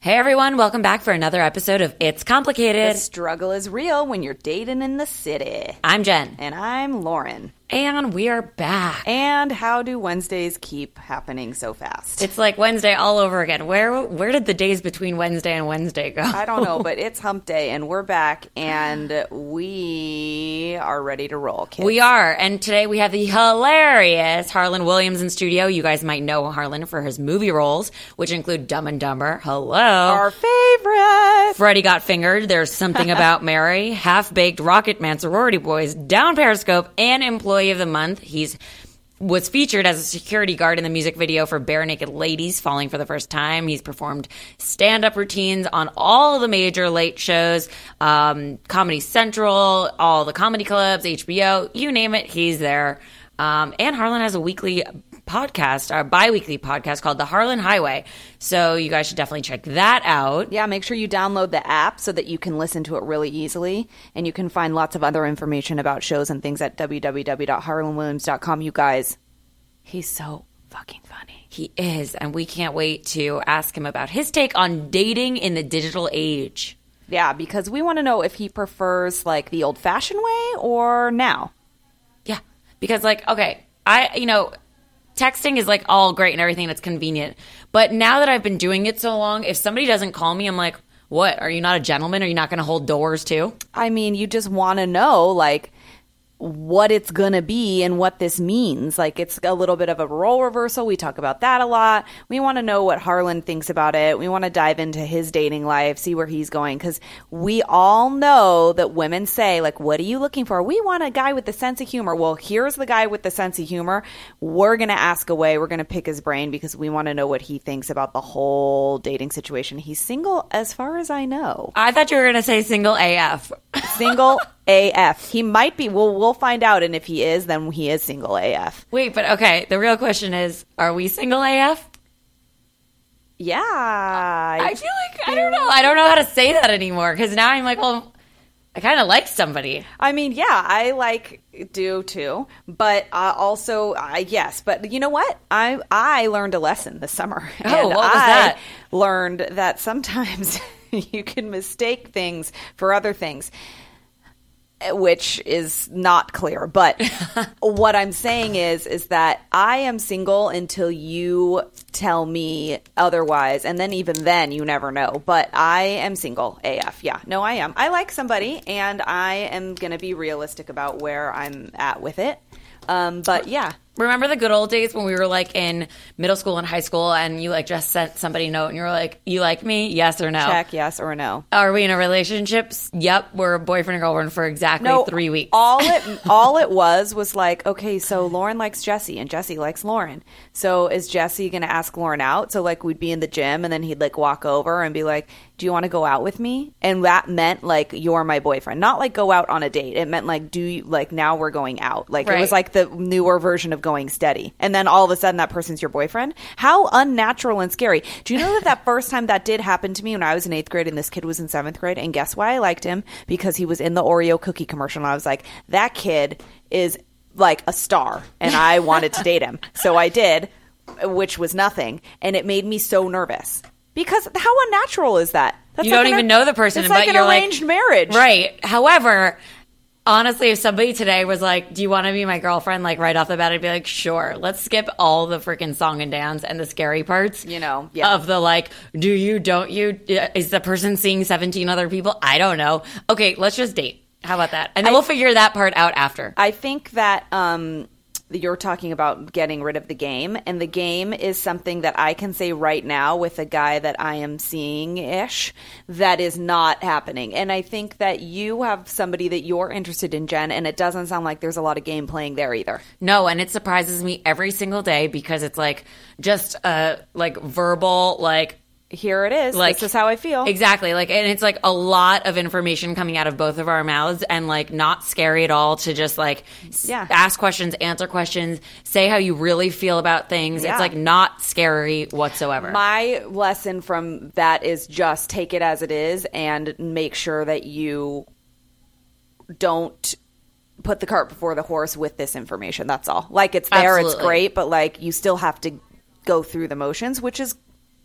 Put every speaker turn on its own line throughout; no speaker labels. Hey everyone, welcome back for another episode of It's Complicated.
The struggle is real when you're dating in the city.
I'm Jen,
And I'm Lauren.
and we are back.
And how do Wednesdays keep happening so fast?
It's like Wednesday all over again. Where where did the days between Wednesday and Wednesday go?
I don't know, but it's hump day and we're back and we are ready to roll, kids.
We are, and today we have the hilarious Harlan Williams in studio. You guys might know Harlan for his movie roles, which include Dumb and Dumber. Hello.
Our favorite.
Freddie Got Fingered, There's Something About Mary, Half Baked Rocket Man Sorority Boys, Down Periscope, and Employee of the Month. He's was featured as a security guard in the music video for Bare Naked Ladies Falling for the First Time. He's performed stand up routines on all the major late shows, um, Comedy Central, all the comedy clubs, HBO, you name it, he's there. Um, and Harlan has a weekly podcast, a bi weekly podcast called The Harlan Highway. So you guys should definitely check that out.
Yeah, make sure you download the app so that you can listen to it really easily. And you can find lots of other information about shows and things at www.harlanwilliams.com. You guys, he's so fucking funny.
He is, and we can't wait to ask him about his take on dating in the digital age.
Yeah, because we want to know if he prefers like the old fashioned way or now.
Yeah. Because, like, okay, I, you know, texting is like all great and everything that's convenient. But now that I've been doing it so long, if somebody doesn't call me, I'm like, what? Are you not a gentleman? Are you not going to hold doors too?
I mean, you just want to know like what it's going to be and what this means. Like it's a little bit of a role reversal. We talk about that a lot. We want to know what Harlan thinks about it. We want to dive into his dating life, see where he's going cuz we all know that women say like what are you looking for? We want a guy with a sense of humor. Well, here's the guy with the sense of humor. We're going to ask away. We're going to pick his brain because we want to know what he thinks about the whole dating situation. He's single as far as I know
I thought you were going to say single AF.
single AF. He might be. We'll we'll find out, and if he is, then he is single AF.
Wait, but okay, the real question is are we single AF?
Yeah,
I feel like, I don't know. I don't know how to say that anymore because now I'm like, well, I kind of like somebody.
I mean, yeah, I like do too, but uh, also I yes, but you know what? I I learned a lesson this summer.
Oh,
and
what was
I
that?
Learned that sometimes you can mistake things for other things. Which is not clear, but what I'm saying is, is that I am single until you tell me otherwise, and then even then, you never know. But I am single, AF. Yeah, no, I am. I like somebody, and I am gonna be realistic about where I'm at with it. Um, but yeah,
Remember the good old days when we were like in middle school and high school, and you like just sent somebody a note and you were like, "You like me? Yes or no?
check yes or no.
Are we in a relationship? S- Yep, we're a boyfriend and girlfriend for exactly
No,
three weeks."
All it all it was was like, okay, so Lauren likes Jesse and Jesse likes Lauren. So is Jesse gonna ask Lauren out? So like we'd be in the gym and then he'd like walk over and be like, Do you wanna go out with me? And that meant like you're my boyfriend. Not like go out on a date. It meant like do you like now we're going out. Like it was
Right.
like the newer version of going steady. And then all of a sudden that person's your boyfriend. How unnatural and scary. Do you know that that first time that did happen to me when I was in eighth grade and this kid was in seventh grade? And guess why I liked him? Because he was in the Oreo cookie commercial. And I was like, that kid is like a star. And I wanted to date him. So I did, which was nothing. And it made me so nervous because how unnatural is that? That's
you
like
don't
an-
even know the person,
It's
but
like an
you're
arranged
like,
marriage,
right? However, honestly, if somebody today was like, "Do you want to be my girlfriend?" like right off the bat, I'd be like, "Sure." Let's skip all the freaking song and dance and the scary parts,
You know, yeah.
of the like, "Do you? Don't you? uh, Is the person seeing seventeen other people?" I don't know. Okay, let's just date. How about that? And then we'll figure that part out after.
I think that um, you're talking about getting rid of the game, and the game is something that I can say right now with a guy that I am seeing ish that is not happening. And I think that you have somebody that you're interested in, Jen, and it doesn't sound like there's a lot of game playing there either.
No, and it surprises me every single day because it's like just uh like verbal like
here it is.
Like-
this is how I feel.
Exactly. Like, and it's like a lot of information coming out of both of our mouths and like not scary at all to just like s-
Yeah.
ask questions, answer questions, say how you really feel about things.
Yeah.
It's like not scary whatsoever.
My lesson from that is just take it as it is and make sure that you don't put the cart before the horse with this information. That's all. Like it's there, it's
Absolutely.
great, but like you still have to go through the motions, which is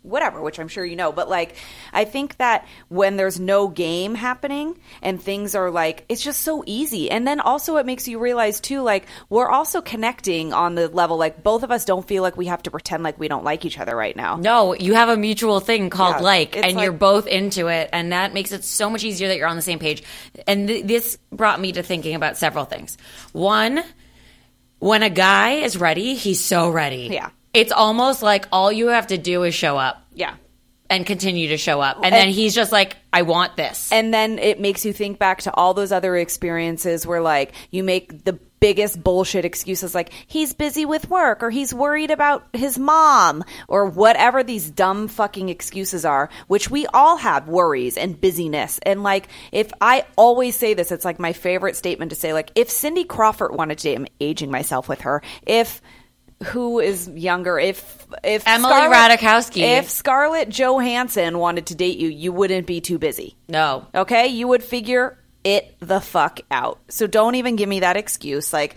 whatever, which I'm sure you know. But like I think that when there's no game happening and things are like it's just so easy. And then also it makes you realize too like we're also connecting on the level like both of us don't feel like we have to pretend like we don't like each other right now.
no, you have a mutual thing called
Yeah,
like,
it's
and you're
like-
both into it, and that makes it so much easier that you're on the same page. And th- this brought me to thinking about several things. One, when a guy is ready, he's so ready.
Yeah.
It's almost like all you have to do is show up.
Yeah.
and continue to show up. And, then he's just like, I want this.
And then it makes you think back to all those other experiences where, like, you make the biggest bullshit excuses, like, he's busy with work or he's worried about his mom or whatever these dumb fucking excuses are, which we all have worries and busyness. And, like, if I always say this, it's like my favorite statement to say, like, if Cindy Crawford wanted to date, I'm aging myself with her. If who is younger? If if
Emily Ratajkowski.
if Scarlett Johansson wanted to date you, you wouldn't be too busy.
no.
Okay, you would figure it the fuck out. So don't even give me that excuse. Like,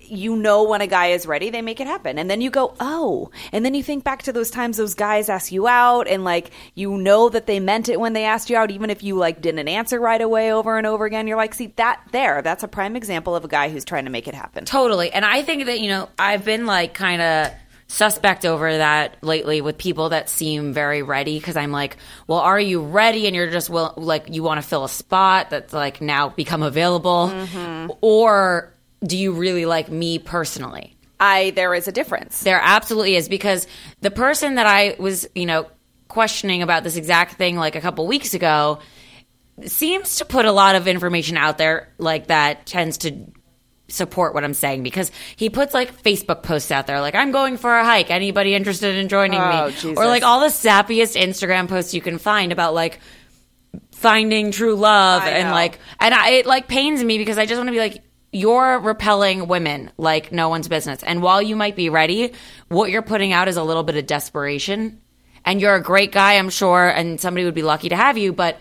you know, when a guy is ready, they make it happen. And then you go, oh. And then you think back to those times those guys ask you out, and like, you know that they meant it when they asked you out, even if you like didn't answer right away over and over again. You're like, see, that there, that's a prime example of a guy who's trying to make it happen.
Totally. And I think that, you know, I've been like kind of suspect over that lately with people that seem very ready because I'm like, well, are you ready? And you're just will- like, you want to fill a spot that's like now become available. Mm-hmm. Or do you really like me personally?
I, there is a difference.
There absolutely is because the person that I was, you know, questioning about this exact thing like a couple weeks ago seems to put a lot of information out there like that tends to support what I'm saying because he puts like Facebook posts out there like I'm going for a hike anybody interested in joining
Oh,
me
Jesus.
or like all the sappiest Instagram posts you can find about like finding true love
I
and
know.
like and I, it like pains me because I just want to be like you're repelling women like no one's business and while you might be ready what you're putting out is a little bit of desperation and you're a great guy I'm sure and somebody would be lucky to have you but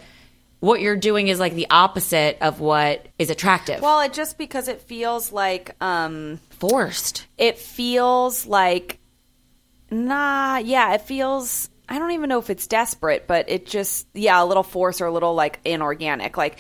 what you're doing is like the opposite of what is attractive
Well, it just because it feels like, um,
forced
it feels like nah yeah it feels i don't even know if it's desperate but it just yeah a little force or a little like inorganic like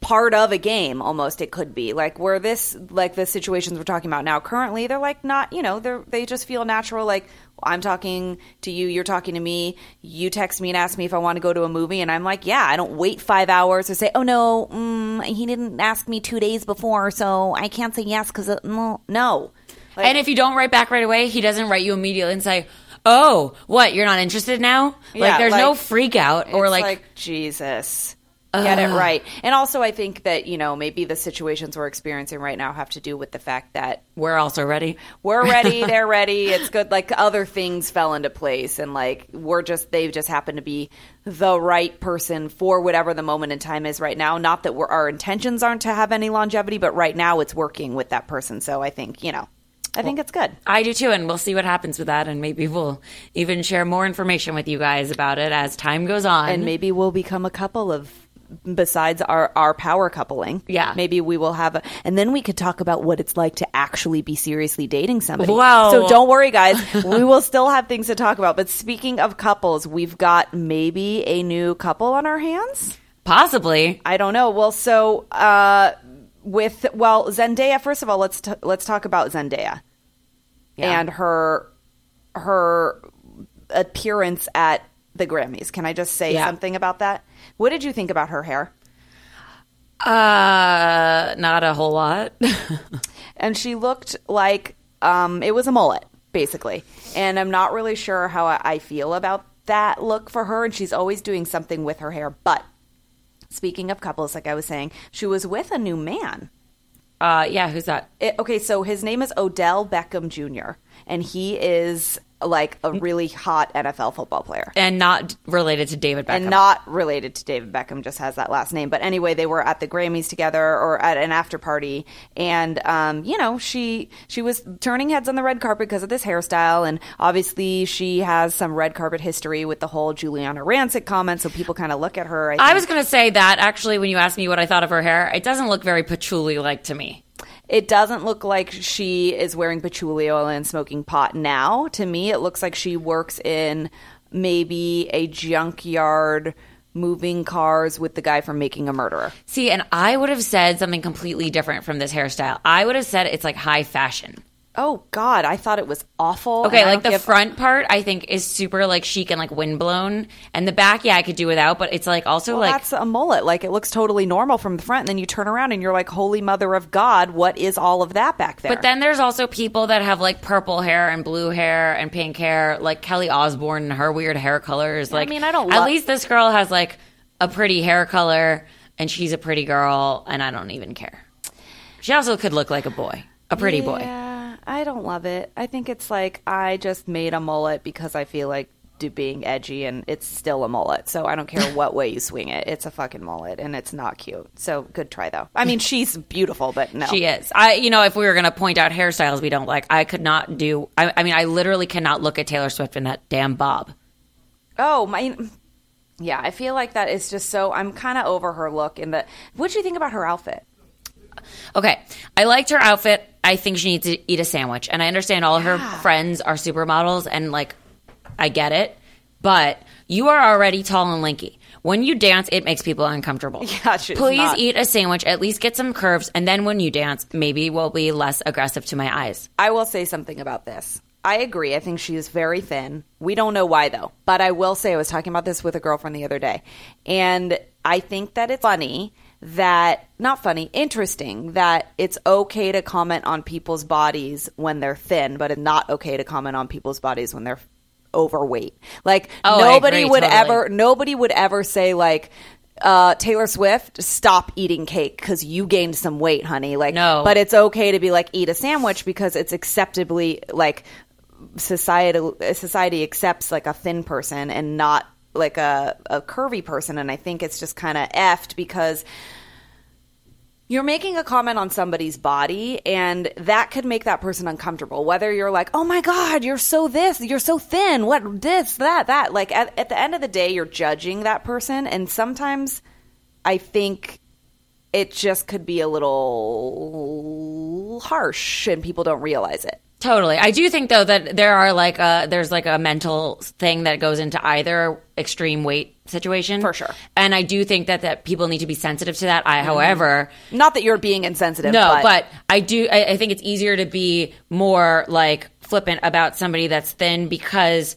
part of a game almost it could be like where this like the situations we're talking about now currently they're like not you know they're they just feel natural like i'm talking to you you're talking to me you text me and ask me if i want to go to a movie and i'm like yeah i don't wait five hours or say oh no mm, he didn't ask me two days before so i can't say yes because no no Like-
and if you don't write back right away he doesn't write you immediately and say oh what you're not interested now
Yeah,
like there's no
like-
freak out or
It's
like,
Jesus. Get it right. And also, I think that, you know, maybe the situations we're experiencing right now have to do with the fact that
we're also ready
we're ready, they're ready, it's good. Like other things fell into place, and like we're just, they just happen to be the right person for whatever the moment in time is right now. Not that we're, our intentions aren't to have any longevity, but right now it's working with that person. So I think, you know, I think it's good.
I do too, and we'll see what happens with that, and maybe we'll even share more information with you guys about it as time goes on.
and maybe we'll become a couple of besides our our power coupling
Yeah.
maybe we will have a and then we could talk about what it's like to actually be seriously dating somebody
Wow.
so don't worry guys we will still have things to talk about but speaking of couples we've got maybe a new couple on our hands
Possibly,
I don't know. Well, so uh, with well Zendaya. First of all, let's t- let's talk about Zendaya
Yeah.
and her her appearance at the Grammys. Can I just say
Yeah.
something about that? What did you think about her hair?
uh, not a whole lot.
And she looked like um, it was a mullet, basically. And I'm not really sure how I, I feel about that look for her. And she's always doing something with her hair. But speaking of couples, like I was saying, she was with a new man.
Uh, yeah, who's that?
It, okay, so his name is Odell Beckham Jr. and he is like
Mm.
a really hot NFL football player.
and not related to David Beckham.
And not related to David Beckham, just has that last name. But anyway, they were at the Grammys together or at an after party, and um, you know she she was turning heads on the red carpet because of this hairstyle, and obviously she has some red carpet history with the whole Juliana Rancic comment, so people kind of look at her. I,
I
think.
was going to say that actually when you asked me what I thought of her hair, it doesn't look very patchouli like to me.
It doesn't look like she is wearing patchouli oil and smoking pot now. To me, it looks like she works in maybe a junkyard moving cars with the guy from Making a Murderer.
See, and I would have said something completely different from this hairstyle. I would have said it's like high fashion.
Oh God, I thought it was awful.
Okay,
and I
like the
don't give-
front part I think is super like chic and like windblown, and the back yeah I could do without, but it's like also
Well,
like
that's a mullet. Like it looks totally normal from the front, and then you turn around and you're like, "Holy Mother of God, what is all of that back there?"
But then there's also people that have like purple hair and blue hair and pink hair, like Kelly Osbourne and her weird hair colors. Like,
mean, I don't
At
love-
least this girl has like a pretty hair color, and she's a pretty girl, and I don't even care. She also could look like a boy, a pretty boy.
yeah, I don't love it. I think it's like I just made a mullet because I feel like do being edgy, and it's still a mullet. So I don't care what way you swing it. It's a fucking mullet, and it's not cute. So good try though. I mean, she's beautiful, but no,
She is. I, you know, if we were gonna point out hairstyles we don't like, I could not do. I, I mean, I literally cannot look at Taylor Swift in that damn bob.
Oh my. Yeah, I feel like that is just so. I'm kind of over her look. In the, what do you think about her outfit?
Okay. I liked her outfit. I think she needs to eat a sandwich. And I understand all her friends are supermodels and like I get it. But you are already tall and lanky. When you dance, it makes people uncomfortable.
Yeah, she's
Please
not-
eat a sandwich, at least get some curves, and then when you dance, maybe we'll be less aggressive to my eyes.
I will say something about this. I agree. I think she is very thin. We don't know why though. But I will say I was talking about this with a girlfriend the other day. And I think that it's funny that not funny, interesting that it's okay to comment on people's bodies when they're thin, but it's not okay to comment on people's bodies when they're overweight. Like
Oh, I
nobody
agree,
would
totally.
ever nobody would ever say like uh, Taylor Swift, stop eating cake because you gained some weight, honey. Like,
No.
but it's okay to be like eat a sandwich because it's acceptably like society society accepts like a thin person and not like a, a curvy person. And I think it's just kind of effed because you're making a comment on somebody's body and that could make that person uncomfortable whether you're like oh my god you're so this you're so thin what this that that like at, at the end of the day you're judging that person and sometimes i think it just could be a little harsh and people don't realize it
Totally. I do think though that there are like a there's like a mental thing that goes into either extreme weight situation.
For sure. Mm-hmm.
And I do think that that people need to be sensitive to that. I however,
not that you're being insensitive
No,
but,
but, I do. I, I think it's easier to be more like flippant about somebody that's thin because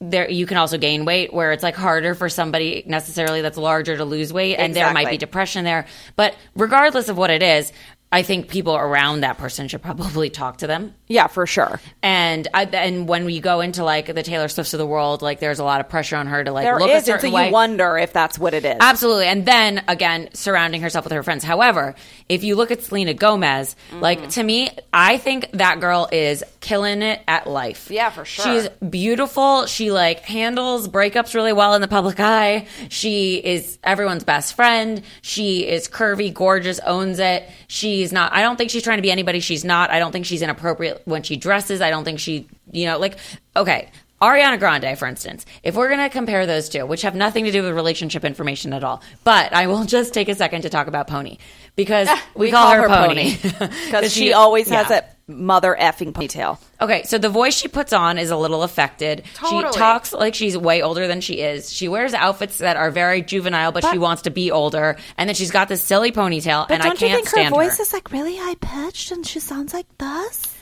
there you can also gain weight. Where it's like harder for somebody necessarily that's larger to lose weight, and there might
Exactly.
be depression there. But regardless of what it is, I think people around that person should probably talk to them.
yeah for sure
And I, and when we go into like the Taylor Swifts of the world, like there's a lot of pressure on her to like
there
look a
is and so
certain
you
way.
wonder if that's what it is
Absolutely. And then again, surrounding herself with her friends. However, if you look at Selena Gomez,
Mm-hmm.
like to me, I think that girl is killing it at life.
Yeah, for sure.
She's beautiful. She like handles breakups really well in the public eye. She is everyone's best friend. She is curvy, gorgeous, owns it. She's not, I don't think she's trying to be anybody she's not. I don't think she's inappropriate when she dresses. I don't think she, you know, like, okay. Ariana Grande, for instance, if we're going to compare those two, which have nothing to do with relationship information at all, but I will just take a second to talk about Pony because we, call, her, Pony.
because she, always has
yeah.
that mother effing ponytail
Okay, so the voice she puts on is a little affected.
Totally.
She talks like she's way older than she is. She wears outfits that are very juvenile, but, she wants to be older. And then she's got this silly ponytail, and I can't stand her.
like really high pitched and she sounds like this?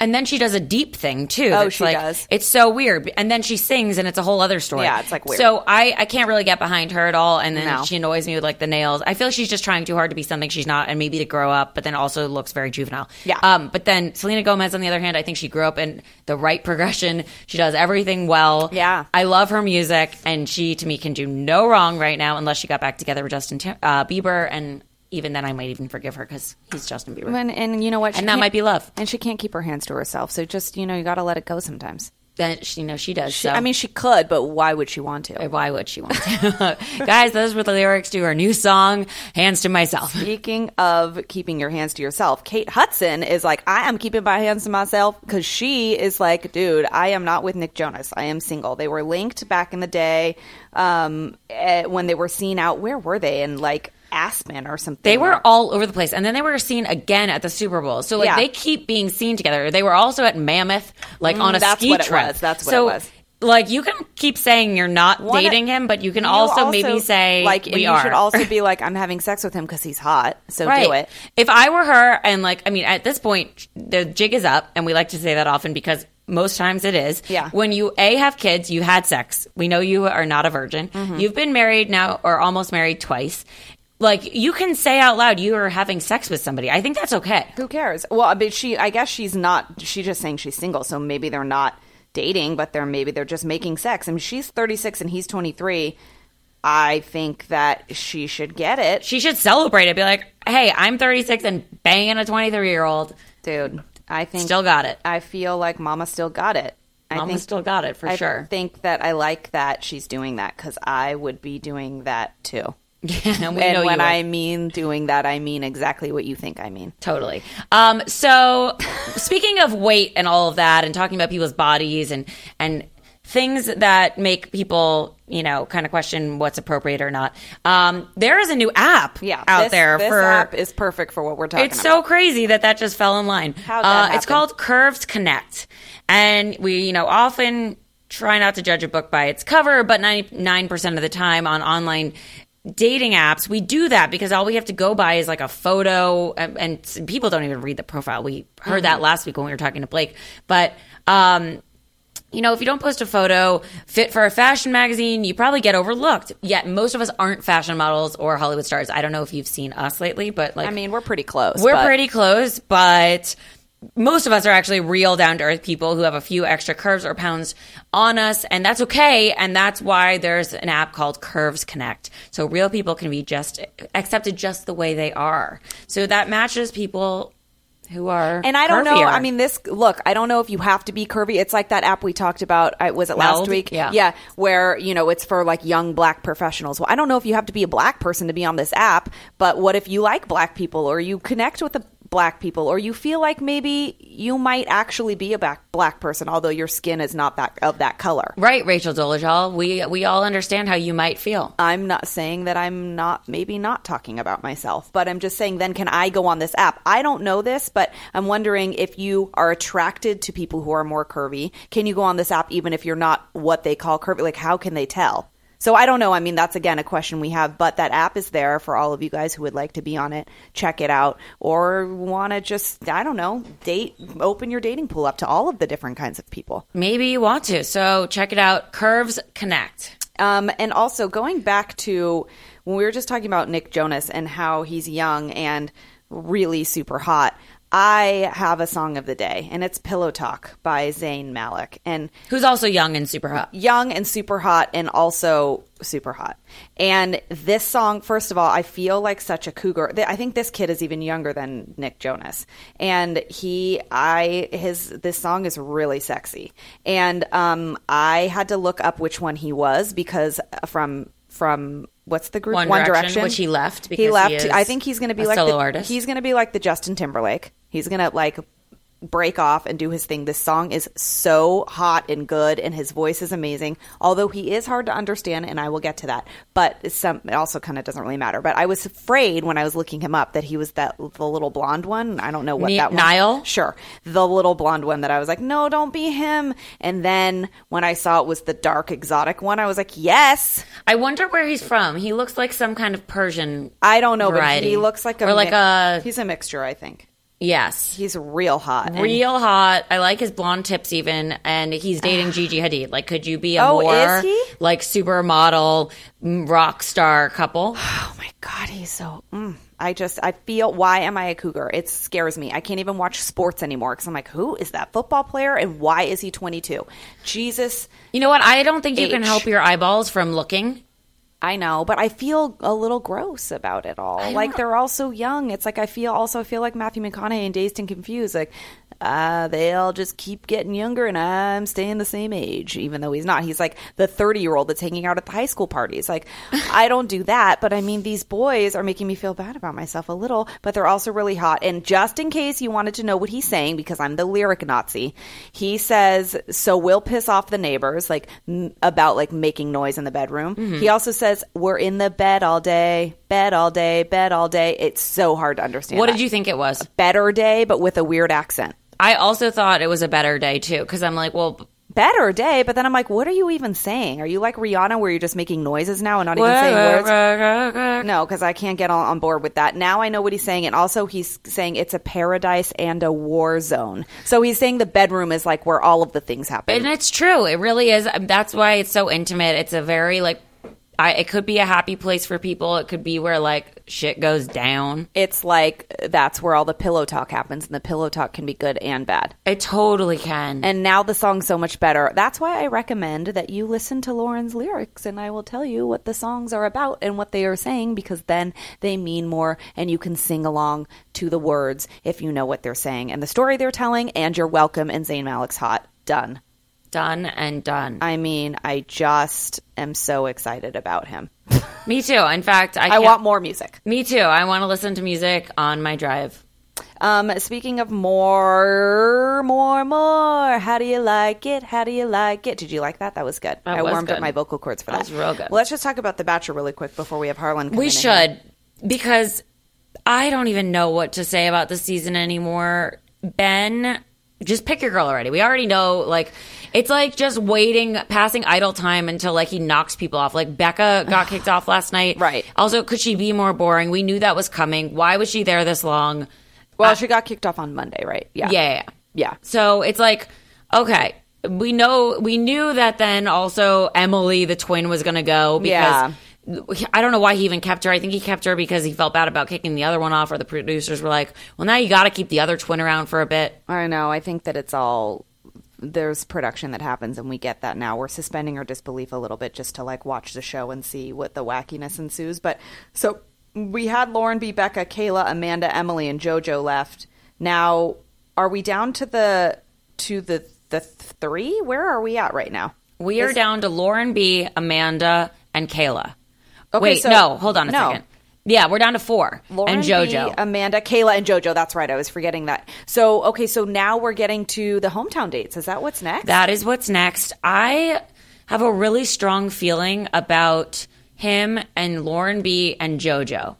and then she does a deep thing too.
Oh,
that's
she
like-
does.
It's so weird. And then she sings, and it's a whole other story.
Yeah, it's, like, weird.
So I, I can't really get behind her at all. And then
No.
she annoys me with like the nails. I feel she's just trying too hard to be something she's not, and maybe to grow up, but then also looks very juvenile.
Yeah.
Um. But then Selena Gomez, on the other hand, I think she grew up in the right progression. She does everything well.
Yeah.
I love her music, and she to me can do no wrong right now, unless she got back together with Justin Tim- uh, Bieber and. even then I might even forgive her because he's Justin Bieber.
And, and you know what? She
and that
can't-
might be love.
And she can't keep her hands to herself. So just, you know, you got to let it go sometimes.
Then she, you know she does.
She-
so.
I mean, she could, but why would she want to?
why would she want to? Guys, those were the lyrics to her new song, Hands to Myself.
Speaking of keeping your hands to yourself, Kate Hudson is like, I am keeping my hands to myself because she is like, dude, I am not with Nick Jonas. I am single. They were linked back in the day um, eh, when they were seen out. Where were they? In like Aspen or something.
They were all over the place. And then they were seen again at the Super Bowl. So like
Yeah.
they keep being seen together. They were also at Mammoth, like on a
Mm, that's
ski
what it
trip.
was. That's what
so,
it was.
Like you can keep saying you're not
One-
dating him, but you can
You
also, maybe say
like and
we
you
are.
should also be like, I'm having sex with him because he's hot. So do it.
If I were her, and like, I mean, at this point, the jig is up, and we like to say that often because most times it is.
Yeah.
When you a have kids, you had sex. We know you are not a virgin.
Mm-hmm.
You've been married now, or almost married twice. Like you can say out loud, you are having sex with somebody. I think that's okay.
Who cares? Well, but she, I guess she's not. She's just saying she's single, so maybe they're not dating, but they're maybe they're just making sex. I mean, she's thirty six and he's twenty three. I think that she should get it,
She should celebrate it. Be like, hey, I'm 36 and banging a 23 year old.
dude. I think
Still got it.
I feel like Mama still got it. I
Mama
think
still got it for
I
sure.
think that I like that she's doing that because I would be doing that too.
and we know
And when
you would.
I mean doing that, I mean exactly what you think I mean.
Totally. Um, so, speaking of weight and all of that, and talking about people's bodies and and things that make people, you know, kind of question what's appropriate or not. Um, there is a new app
Yeah,
out
this-
there
this
for
app is perfect for what we're talking
it's
about.
so crazy that that just fell in line. Uh,
How'd that
it's
happen?
called Curves Connect, and we you know often try not to judge a book by its cover, but ninety nine percent of the time on online dating apps we do that because all we have to go by is like a photo and, and s- people don't even read the profile we heard
Mm-hmm.
that last week when we were talking to blake but um you know, if you don't post a photo fit for a fashion magazine, you probably get overlooked. Yet most of us aren't fashion models or Hollywood stars. I don't know if you've seen us lately, but like
I mean, we're pretty close.
we're
but-
pretty close, but most of us are actually real down to earth people who have a few extra curves or pounds on us, and that's okay. And that's why there's an app called Curves Connect. So real people can be just accepted just the way they are. So that matches people who are
And I don't know.
curvier.
I mean, this look. I don't know if you have to be curvy. It's like that app we talked about. I was it last
Meld?
week?
Yeah.
yeah, where you know it's for like young black professionals. Well, I don't know if you have to be a black person to be on this app. But what if you like black people, or you connect with the black people, or you feel like maybe you might actually be a black black person, although your skin is not that of that color.
right, Rachel Dolezal. We we all understand how you might feel.
I'm not saying that I'm not maybe not talking about myself, but I'm just saying then can I go on this app? I don't know this, but I'm wondering if you are attracted to people who are more curvy, can you go on this app even if you're not what they call curvy? Like how can they tell? So I don't know. I mean, that's again a question we have, but that app is there for all of you guys who would like to be on it. Check it out or want to just I don't know, date open your dating pool up to all of the different kinds of people.
Maybe you want to. So check it out. Curves Connect.
Um, and also going back to when we were just talking about Nick Jonas and how he's young and really super hot. I have a song of the day, and it's "Pillow Talk" by Zayn Malik, and
Who's also young and super hot.
young and super hot, and also super hot. And this song, first of all, I feel like such a cougar. Th- I think this kid is even younger than Nick Jonas, and he, I, his this song is really sexy. And um, I had to look up which one he was because uh, from from what's the group
One Direction, which he left because
he
he
left.
is
I think he's going to be
a
like
solo
the,
artist.
He's going to be like the Justin Timberlake. He's going to like break off and do his thing. This song is so hot and good, and his voice is amazing. Although he is hard to understand, and I will get to that. But some it also kind of doesn't really matter. But I was afraid when I was looking him up that he was that the little blonde one. I don't know what
Ni-
that one.
Niall?
Sure, the little blonde one that I was like, no, don't be him. And then when I saw it was the dark exotic one, I was like, yes.
I wonder where he's from. He looks like some kind of Persian.
I don't know,
variety.
but he looks like a
or like
mi-
a
he's a mixture. I think
yes,
he's real hot. and-
real hot. I like his blonde tips even, and he's dating Gigi Hadid. Like, could you be a
Oh,
more
is he?
like supermodel mm, rock star couple?
oh my god, he's so. Mm, I just I feel why am I a cougar? It scares me. I can't even watch sports anymore because I'm like, who is that football player and why is he 22? Jesus,
You know what? I don't think you can
H.
help your eyeballs from looking.
I know, but I feel a little gross about it all. like they're all so young. It's like I feel also I feel like Matthew McConaughey in Dazed and Confused. Like uh, they all just keep getting younger, and I'm staying the same age, even though he's not. He's like the 30 year old that's hanging out at the high school parties. Like I don't do that, but I mean these boys are making me feel bad about myself a little. But they're also really hot. And just in case you wanted to know what he's saying, because I'm the lyric Nazi, he says so we'll piss off the neighbors like m- about like making noise in the bedroom.
Mm-hmm.
He also says we're in the bed all day, bed all day, bed all day. It's so hard to understand.
What
that.
did you think it was?
better day, but with a weird accent?
I also thought it was a better day too because I'm like, well,
Better day, but then I'm like, what are you even saying? Are you like Rihanna, where you're just making noises now and not even saying words? No, because I can't get on, on board with that. Now I know what he's saying, and also he's saying it's a paradise and a war zone. So he's saying the bedroom is like where all of the things happen.
and it's true. It really is. Um, That's why it's so intimate. It's a very like, I, it could be a happy place for people. It could be where like shit goes down.
it's like uh, that's where all the pillow talk happens, and the pillow talk can be good and bad.
It totally can.
And now the song's so much better. That's why I recommend that you listen to Lauren's lyrics, and I will tell you what the songs are about and what they are saying, because then they mean more, and you can sing along to the words if you know what they're saying and the story they're telling. And you're welcome. And Zayn Malik's hot. Done.
done and done.
I mean, I just am so excited about him.
me too. In fact, I,
I
can't-
want more music.
Me too. I want to listen to music on my drive.
Um, speaking of more, more, more, how do you like it? How do you like it? Did you like that? That was good. I
was
warmed up
good.
my vocal cords for that.
was real good.
Well, let's just talk about The Bachelor really quick before we have Harlan. Come
We
in and-
should because I don't even know what to say about this season anymore. Ben, just pick your girl already. We already know like it's like just waiting, passing idle time until like he knocks people off. Like Becca got kicked off last night.
Right.
Also, could she be more boring? We knew that was coming. Why was she there this long?
Well, she got kicked off on Monday, right? Yeah.
Uh, Yeah, yeah, yeah.
Yeah.
So it's like, okay, we know we knew that then also Emily the twin was going to go because I don't know why he even kept her. I think he kept her because he felt bad about kicking the other one off or the producers were like, "Well, now you got to keep the other twin around for a bit."
I know. I think that it's all there's production that happens and we get that now. We're suspending our disbelief a little bit just to like watch the show and see what the wackiness ensues. But so we had Lauren B, Becca, Kayla, Amanda, Emily, and JoJo left. Now are we down to the to the the three? Where are we at right now?
We are down to Lauren B, Amanda, and Kayla.
Okay,
Wait,
so-
no, hold on a
no.
second. Yeah, we're down to 4
Lauren
and JoJo.
B, Amanda, Kayla, and JoJo. That's right. I was forgetting that. So okay, so now we're getting to the hometown dates. Is that what's next?
That is what's next. I have a really strong feeling about him and Lauren B and JoJo.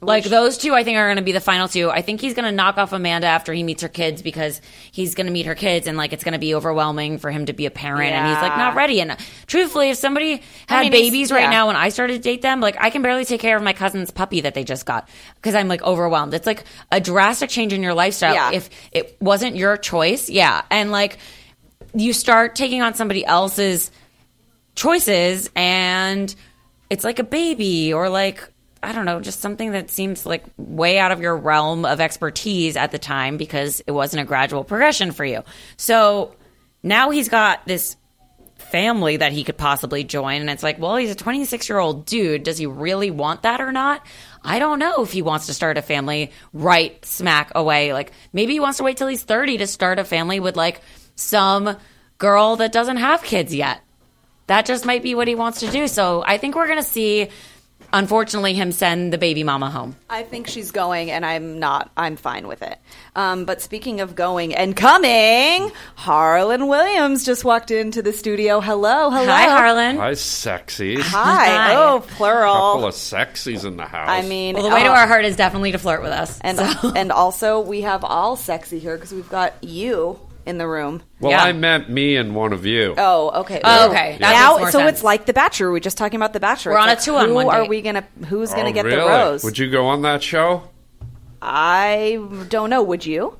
Like those two, I think are going to be the final two. I think he's going to knock off Amanda after he meets her kids because he's going to meet her kids and like it's going to be overwhelming for him to be a parent and he's like not ready. And truthfully, if somebody had
mean, he's-
babies right
yeah.
now when I started to date them, like I can barely take care of my cousin's puppy that they just got because I'm like overwhelmed. It's like a drastic change in your lifestyle
Yeah.
if it wasn't your choice. Yeah, and like you start taking on somebody else's choices and it's like a baby or like I don't know, just something that seems like way out of your realm of expertise at the time because it wasn't a gradual progression for you. So now he's got this family that he could possibly join and it's like, well, he's a 26-year-old dude, does he really want that or not? I don't know if he wants to start a family right smack away. Like maybe he wants to wait till he's 30 to start a family with like some girl that doesn't have kids yet that just might be what he wants to do. So I think we're going to see, unfortunately, him send the baby mama home.
I think she's going, and I'm not. I'm fine with it. Um, but speaking of going and coming, Harlan Williams just walked into the studio. Hello, hello,
Hi, Harlan.
Hi, sexy.
Mm. Hi.
Hi.
Oh,
Couple
plural.
of sexies in the house.
I mean,
Well, the way to
uh,
our heart is definitely to flirt with us.
and and also we have all sexy here because we've got you in the room.
well,
yeah.
I meant me and one of you.
Oh, okay.
Oh, okay. That
now,
makes more
so
sense.
it's like The Bachelor. We were just talking about The Bachelor.
We're
It's
on a
like,
two-on-one
Who
date.
are we gonna? Who's gonna
Oh,
get
really?
the rose?
Would you go on that show?
I don't know. Would you?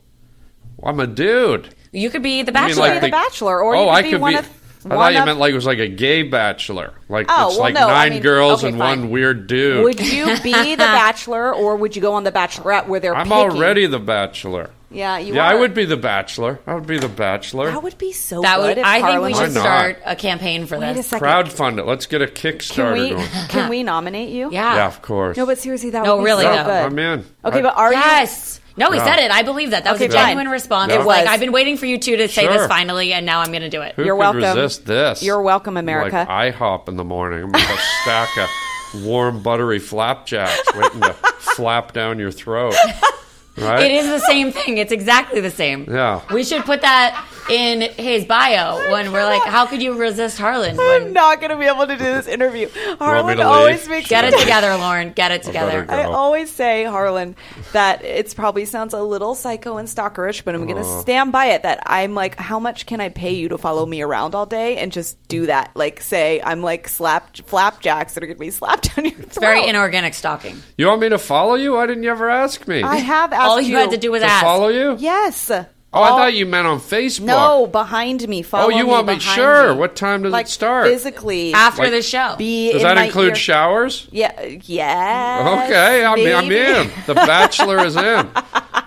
I'm a dude.
you could be the
I mean,
bachelor.
the Bachelor, or you
oh,
could
I
be
could
one
be.
of-
I
one
thought you
of-
meant like it was like a gay bachelor. Like
Oh,
it's
well,
like
no, I
nine
mean-
girls
okay,
and
fine.
one weird dude.
Would you be the bachelor or would you go on the bachelorette where they're
I'm
picking?
already the bachelor.
Yeah, you
yeah,
are.
I would be the bachelor. I would be the bachelor.
That would be so
That
good
would.
if
I think
Harlan
we
Why
should
was-
not?
start a campaign for
Wait a
this.
second.
Crowdfunded. Let's get a
Can
Kickstarter
we,
going.
can we nominate you?
Yeah.
Yeah, of course.
No, but seriously, that
No,
would be
really,
so
though.
good.
I'm in.
Okay,
I-
but are
Yes. No, he said it. I believe that. That was
Okay,
a genuine
fine.
response.
It
Like
was.
I've been waiting for you two to say this
Sure.
finally, and now I'm going to do it.
Who
You're
could
welcome.
Resist this.
You're welcome, America.
Like IHOP in the morning. I'm gonna have a stack of warm, buttery flapjacks waiting to flap down your throat. Right?
It is the same thing. It's exactly the same.
Yeah.
We should put that in his bio when we're like, how could you resist Harlan?
you? I'm
When,
not going to be able to do this interview. Harlan
to
always
leave?
makes
get it together, Lauren. Get it together.
better
I
No.
always say, Harlan, that it's probably sounds a little psycho and stalkerish, but I'm going to stand by it. That I'm like, how much can I pay you to follow me around all day and just do that? Like, say I'm like slap flapjacks that are going to be slapped down your throat.
It's very inorganic stalking.
you want me to follow you? Why didn't you ever ask me?
I have asked
All you had to do was
to
ask.
follow you?
Yes. Oh,
Oh, I thought you meant on Facebook. Oh,
No, behind me. Follow
you want me-
behind
sure. What time does it
like,
start?
Physically.
After
Like-
the show.
be
Does
in
that
my
include
ear.
showers?
Yeah. Yeah.
Okay, I'm, I'm in. The Bachelor is in.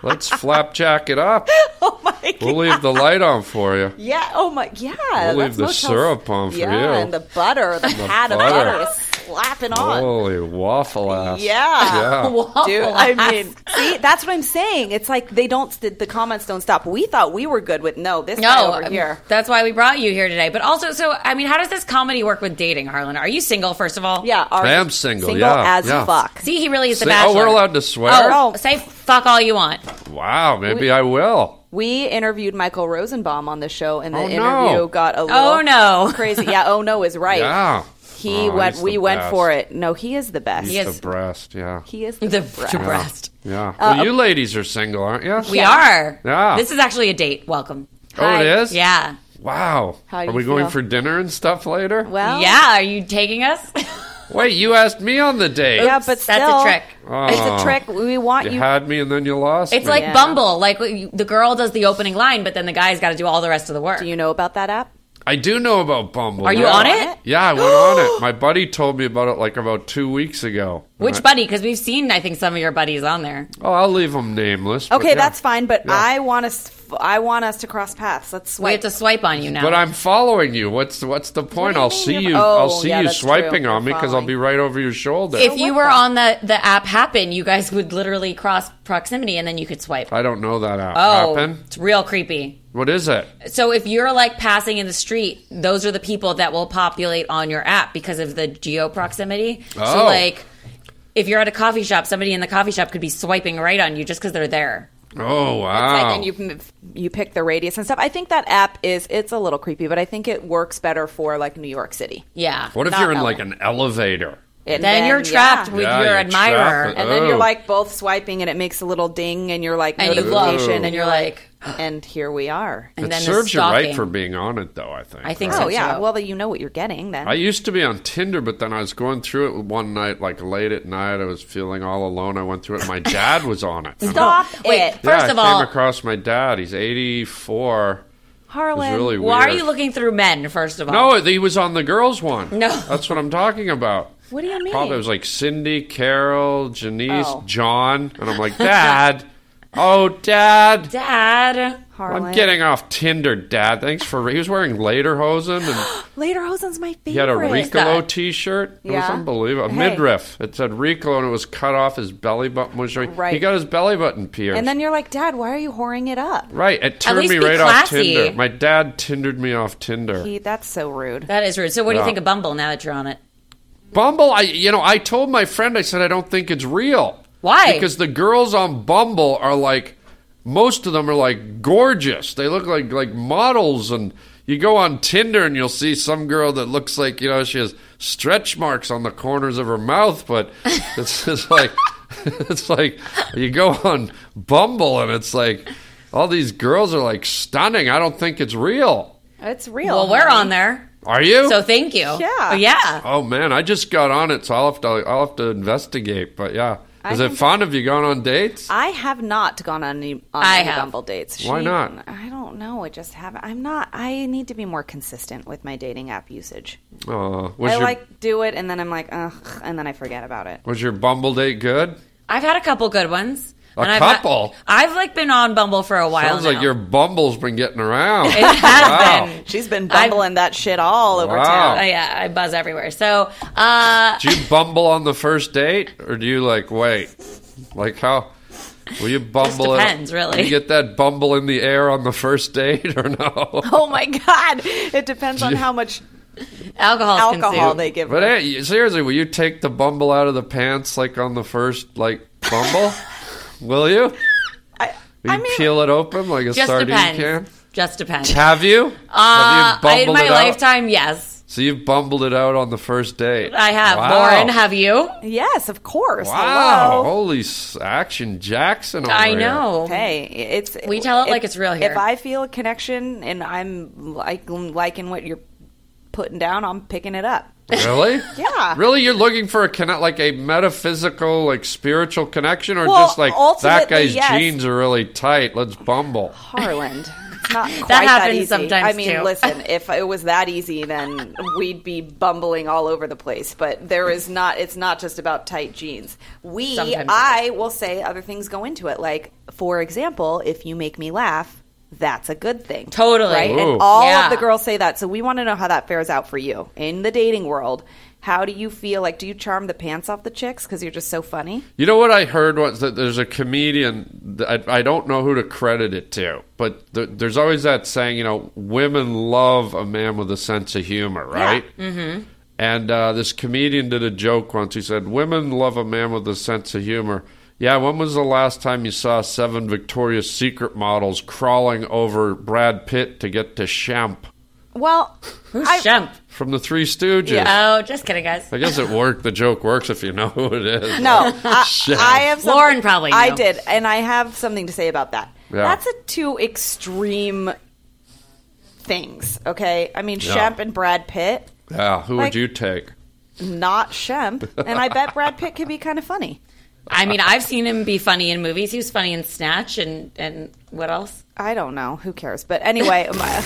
Let's flapjack it up.
Oh my
We'll leave the light on for you.
Yeah. Oh my. Yeah.
We'll
that's
leave the
motel-
syrup on for
yeah,
you.
and the butter, the, pat of
butter.
butter is slapping on.
Holy waffle ass.
Yeah.
Yeah.
Waffle
Dude, I
ass.
mean, see, that's what I'm saying. It's like they don't. The, the comments don't stop. We thought we were good with no. This guy
No,
over here.
that's why we brought you here today. But also, so I mean, how does this comedy work with dating, Harlan? Are you single, first of all?
Yeah,
I am
ours-
single,
Single
yeah,
as
yeah.
fuck.
See, he really is the
Say-
bachelor.
oh, we're allowed to swear?
Oh,
Oh.
say fuck all you want.
Wow, maybe I will.
We interviewed Michael Rosenbaum on the show, and the
Oh, no.
interview got a little
Oh no,
crazy. Yeah. Oh no is right.
Yeah.
He
Oh,
went.
he's
We
the
went
best.
for it. No, he is the best.
He's
He is-
the breast, yeah.
He is the,
the
best.
depressed.
Yeah. well, you ladies are single, aren't you?
We are.
Yeah.
This is actually a date. Welcome.
Oh, it is?
Yeah.
Wow.
How do
are
you
we going
feel?
for dinner and stuff later?
Well,
Yeah. Are you taking us?
Wait, you asked me on the date.
Yeah, but
That's a
still,
trick.
It's a trick. We want
Oh. You
you.
had me and then you lost.
It's
me.
like
Yeah.
Bumble. Like you- the girl does the opening line, but then the guy's got to do all the rest of the work.
Do you know about that app?
I do know about Bumble.
Are you
yeah.
on it?
Yeah, I went on it. My buddy told me about it like about two weeks ago.
Which buddy? Because we've seen, I think, some of your buddies on there.
Oh, I'll leave them nameless. but
Okay,
yeah.
that's fine. But
Yeah.
I want us. I want us to cross paths. Let's
We
swipe.
have to swipe on you now.
But I'm following you. What's what's the point?
do you
I'll
mean
see
you're-
you.
Oh,
I'll see
yeah,
you
that's true.
swiping on me
You're
because I'll be right over your shoulder.
if you
what
were
the-
on the the app Happen, you guys would literally cross proximity, and then you could swipe.
I don't know that app.
oh,
Happen.
it's real creepy.
What is it?
So if you're like passing in the street, those are the people that will populate on your app because of the geo proximity. So
Oh.
like if you're at a coffee shop, somebody in the coffee shop could be swiping right on you just because they're there.
Oh wow.
Like, and you you pick the radius and stuff. I think that app is it's a little creepy, but I think it works better for like New York City.
Yeah.
what if
not
you're in
know.
like an elevator?
And
then, you're trapped
yeah.
with
Yeah,
your
you're
admirer,
trapped.
and,
and then you're
Oh.
like both swiping, and it makes a little ding, and you're like
And you look,
notification,
and
and
you're
you're
like,
like, and here we are.
and
It
then the
serves you right
stalking.
for being on it, though. I think.
I think
right?
so.
Oh yeah,
too.
well you know what you're getting then.
I used to be on Tinder, but then I was going through it one night, like late at night. I was feeling all alone. I went through it. and My dad was on it. And I-
Stop
"Oh, Wait,
it,
Yeah,
first
I
of all,
came across my dad. He's 84. It was
Harlan.
really weird.
why are you looking through men? First of all,
No, Oh, he was on the girls' one.
No.
that's what I'm talking about.
What do you mean?
Probably it was like Cindy, Carol, Janice,
Oh.
John, and I'm like, Dad, oh, Dad,
Dad.
Harlan.
I'm getting off Tinder, Dad. Thanks for he was wearing lederhosen and
Later Hosen's my favorite.
he had a Ricolo
that?
T-shirt. It was
Yeah.
unbelievable. A
Hey.
midriff. It said Ricolo, and it was cut off. His belly button was showing. He
Right.
got his belly button pierced.
And then you're like, Dad, why are you whoring it up?
right, it turned
least
me
be
right off
classy.
Tinder. My dad Tindered me off Tinder.
He, that's so rude.
That is rude. So what do you
Yeah.
think of Bumble now that you're on it?
Bumble, I you know, I told my friend I said I don't think it's real.
Why?
Because the girls on Bumble are like most of them are like gorgeous. They look like like models and you go on Tinder and you'll see some girl that looks like, you know, she has stretch marks on the corners of her mouth, but it's just like it's like you go on Bumble and it's like all these girls are like stunning. I don't think it's real.
It's real.
Well, we're
Oh, honey.
on there,
Are you?
so thank you.
Yeah.
yeah.
Oh man, I just got on it, so I'll have to I'll have to investigate. But yeah, is it
think-
fun? Have you gone on dates?
I have not gone on any, on
I
any
have.
Bumble dates.
Why not?
I don't know. I just haven't. I'm not. I need to be more consistent with my dating app usage.
Oh, was
I
your
like do it, and then I'm like, ugh, and then I forget about it.
was your Bumble date good?
I've had a couple good ones.
A
I've
couple?
I've like been on Bumble for a while.
Sounds like
now.
your bumble's been getting around.
It has
Wow.
been.
She's been bumbling that shit all over
Wow.
town.
Uh, yeah, I buzz everywhere. So, uh,
Do you bumble on the first date, or do you like wait? Like how? Will you bumble? it-
depends, really.
You get that bumble in the air on the first date, or no?
Oh my god! It depends on how much
alcohol.
alcohol they give.
But
her.
hey, you- seriously, will you take the bumble out of the pants like on the first like bumble? will you?
I,
Will
I
you
mean,
peel it open like a
Just
sardine
depends.
can?
Just depends.
Have you?
Uh,
have you
I, in
bumbled
my
it out?
lifetime, yes,
So you've bumbled it out on the first date.
I have.
Wow.
Lauren, have you?
yes, of course.
Wow!
Hello.
Holy s- action, Jackson! over
I
here.
know.
Hey, it's
We tell it
if-
like it's real here.
If I feel a connection and I'm like liking what you're putting down, I'm picking it up.
Really?
Yeah.
Really, you're looking for a connect, like a metaphysical, like spiritual connection, or
Well,
just like
ultimately,
that guy's
yes.
jeans are really tight. Let's bumble.
Harland. It's not quite
happens
easy.
sometimes,
I mean,
too.
listen, if it was that easy, then we'd be bumbling all over the place. But there is not. It's not just about tight jeans. We,
Sometimes it
I will say, other things go into it. Like, for example, if you make me laugh, that's a good thing.
Totally.
Right?
Ooh.
And all
Yeah.
of the girls say that. So we want to know how that fares out for you in the dating world. How do you feel? Like, do you charm the pants off the chicks because you're just so funny?
You know what I heard was that there's a comedian. that I, I don't know who to credit it to, but th- there's always that saying, you know, women love a man with a sense of humor, right? Mm-hmm. And uh, this comedian did a joke once. He said, "Women love a man with a sense of humor." Yeah, when was the last time you saw seven Victoria's Secret models crawling over Brad Pitt to get to Champ
Well,
Who's
I-
Shemp?
from the Three Stooges?
Oh, just kidding, guys.
I guess it worked. The joke works if you know who it is.
No, I,
Shut
I
up.
have something-
Lauren probably
I
knew.
did, and I have something to say about that.
Yeah.
That's a two extreme things. Okay, I mean Shemp and Brad Pitt,
Yeah, who
Like-
would you take?
not Shemp, and I bet Brad Pitt can be kind of funny.
I mean, I've seen him be funny in movies. He was funny in Snatch and and what else?
I don't know. Who cares? But anyway, my,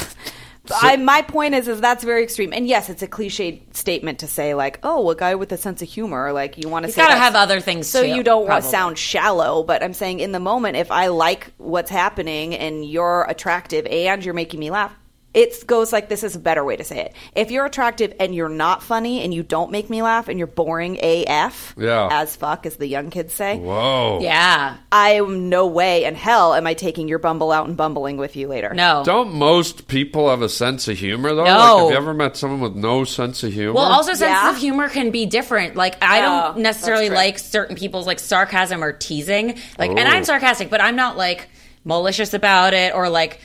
I, my point is, is that's very extreme. And yes, it's a cliched statement to say like, oh, a guy with a sense of humor. Like you want to
He's
say
got to
that's-
have other things.
So
too,
you don't want to
probably.
sound shallow, but I'm saying in the moment, if I like what's happening and you're attractive and you're making me laugh, it goes like this is a better way to say it. If you're attractive and you're not funny and you don't make me laugh and you're boring AF,
Yeah.
as fuck, as the young kids say,
Whoa.
Yeah.
I am no way in hell am I taking your bumble out and bumbling with you later.
No.
Don't most people have a sense of humor though?
No.
Like, have you ever met someone with no sense of humor?
Well, also sense
Yeah.
of humor can be different. Like I
Oh,
don't
that's
necessarily
true.
like certain people's like sarcasm or teasing. Like, and
Ooh.
I'm sarcastic, but I'm not like malicious about it or like.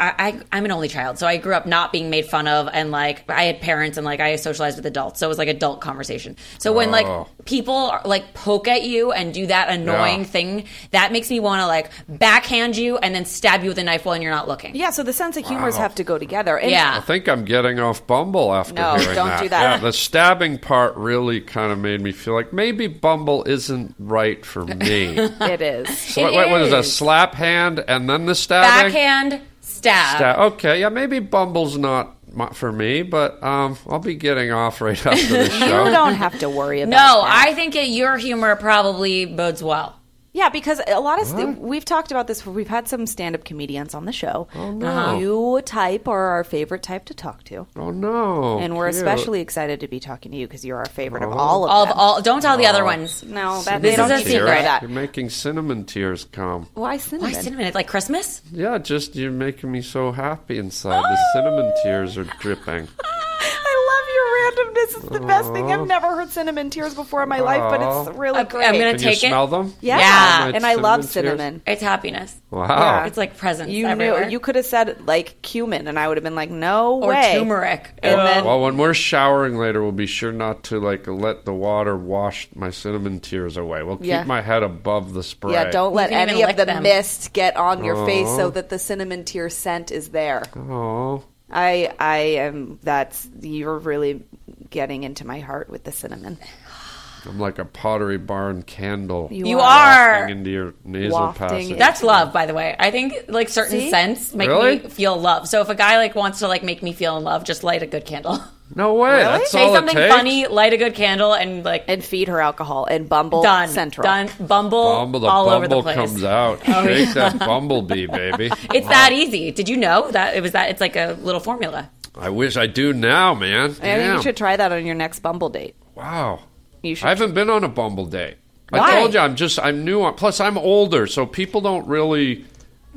I, I, I'm an only child, so I grew up not being made fun of, and like I had parents, and like I socialized with adults, so it was like adult conversation. So when
Oh.
like people are, like poke at you and do that annoying
Yeah.
thing, that makes me want to like backhand you and then stab you with a knife while you're not looking.
Yeah, so the sense of humors have to go together. And
Yeah.
I think I'm getting off Bumble after
No,
hearing
don't
that.
do that.
Yeah, the stabbing part really kind of made me feel like maybe Bumble isn't right for me.
It is.
so what, what- what is a
is.
slap hand and then the stabbing?
Backhand, stab.
Stab- Okay, yeah, maybe Bumble's not my- for me, but um, I'll be getting off right after the
You
show.
don't have to worry about
No,
that.
I think it, your humor probably bodes well.
Yeah, because a lot of st- we've talked about this. We've had some stand-up comedians on the show. Oh
no.
You type are our favorite type to talk to,
oh no!
and we're
cute. Oh.
especially excited to be talking to you because you're our favorite of all of
All, of-
them.
all don't tell the other ones.
no, that,
This
they don't
is a
need to know
secret.
that.
You're making cinnamon tears come.
Why
Why
cinnamon?
cinnamon? It's Like Christmas?
Yeah, just you're making me so happy inside. The cinnamon
Oh!
tears are dripping.
I love your randomness. It's the best thing.
Oh.
I've never heard cinnamon tears before in my life, but it's really
I'm
great.
gonna
Can
take
you
it.
smell them?
yeah,
Yeah.
and I love
Oh. Cinnamon tears.
cinnamon.
It's happiness.
Wow.
It's like presents
You
everywhere.
knew you could have said like cumin, and I would have been like, no
or
way.
turmeric.
And
Ugh.
then
Well, when we're showering later, we'll be sure not to like let the water wash my cinnamon tears away. We'll keep
Yeah.
my head above the spray.
Yeah, don't let
can even
any of
lick
the
them.
mist get on your face
Aw.
so that the cinnamon tear scent is there.
Oh,
I I am that's you're really getting into my heart with the cinnamon.
I'm like a Pottery Barn candle.
you are.
wafting into your nasal
Wafting
passage.
it.
That's love, by the way. I think like certain
See?
scents make
Really?
me feel love. So if a guy like wants to like make me feel in love, just light a good candle.
No way. That's
Say
all
something
it takes.
funny, light a good candle, and like
and feed her alcohol and Bumble
done.
Central.
Done. Bumble,
Bumble, the
all over
bumble
the place. Oh,
comes out. Shake that bumblebee, baby.
It's that easy. Did you know that it was that? It's like a little formula.
I wish I do now, man.
I think
Damn.
you should try that on your next Bumble date.
Wow.
You should.
I haven't been on a Bumble date.
Why?
I told you I'm just I'm new. On, plus, I'm older, so people don't really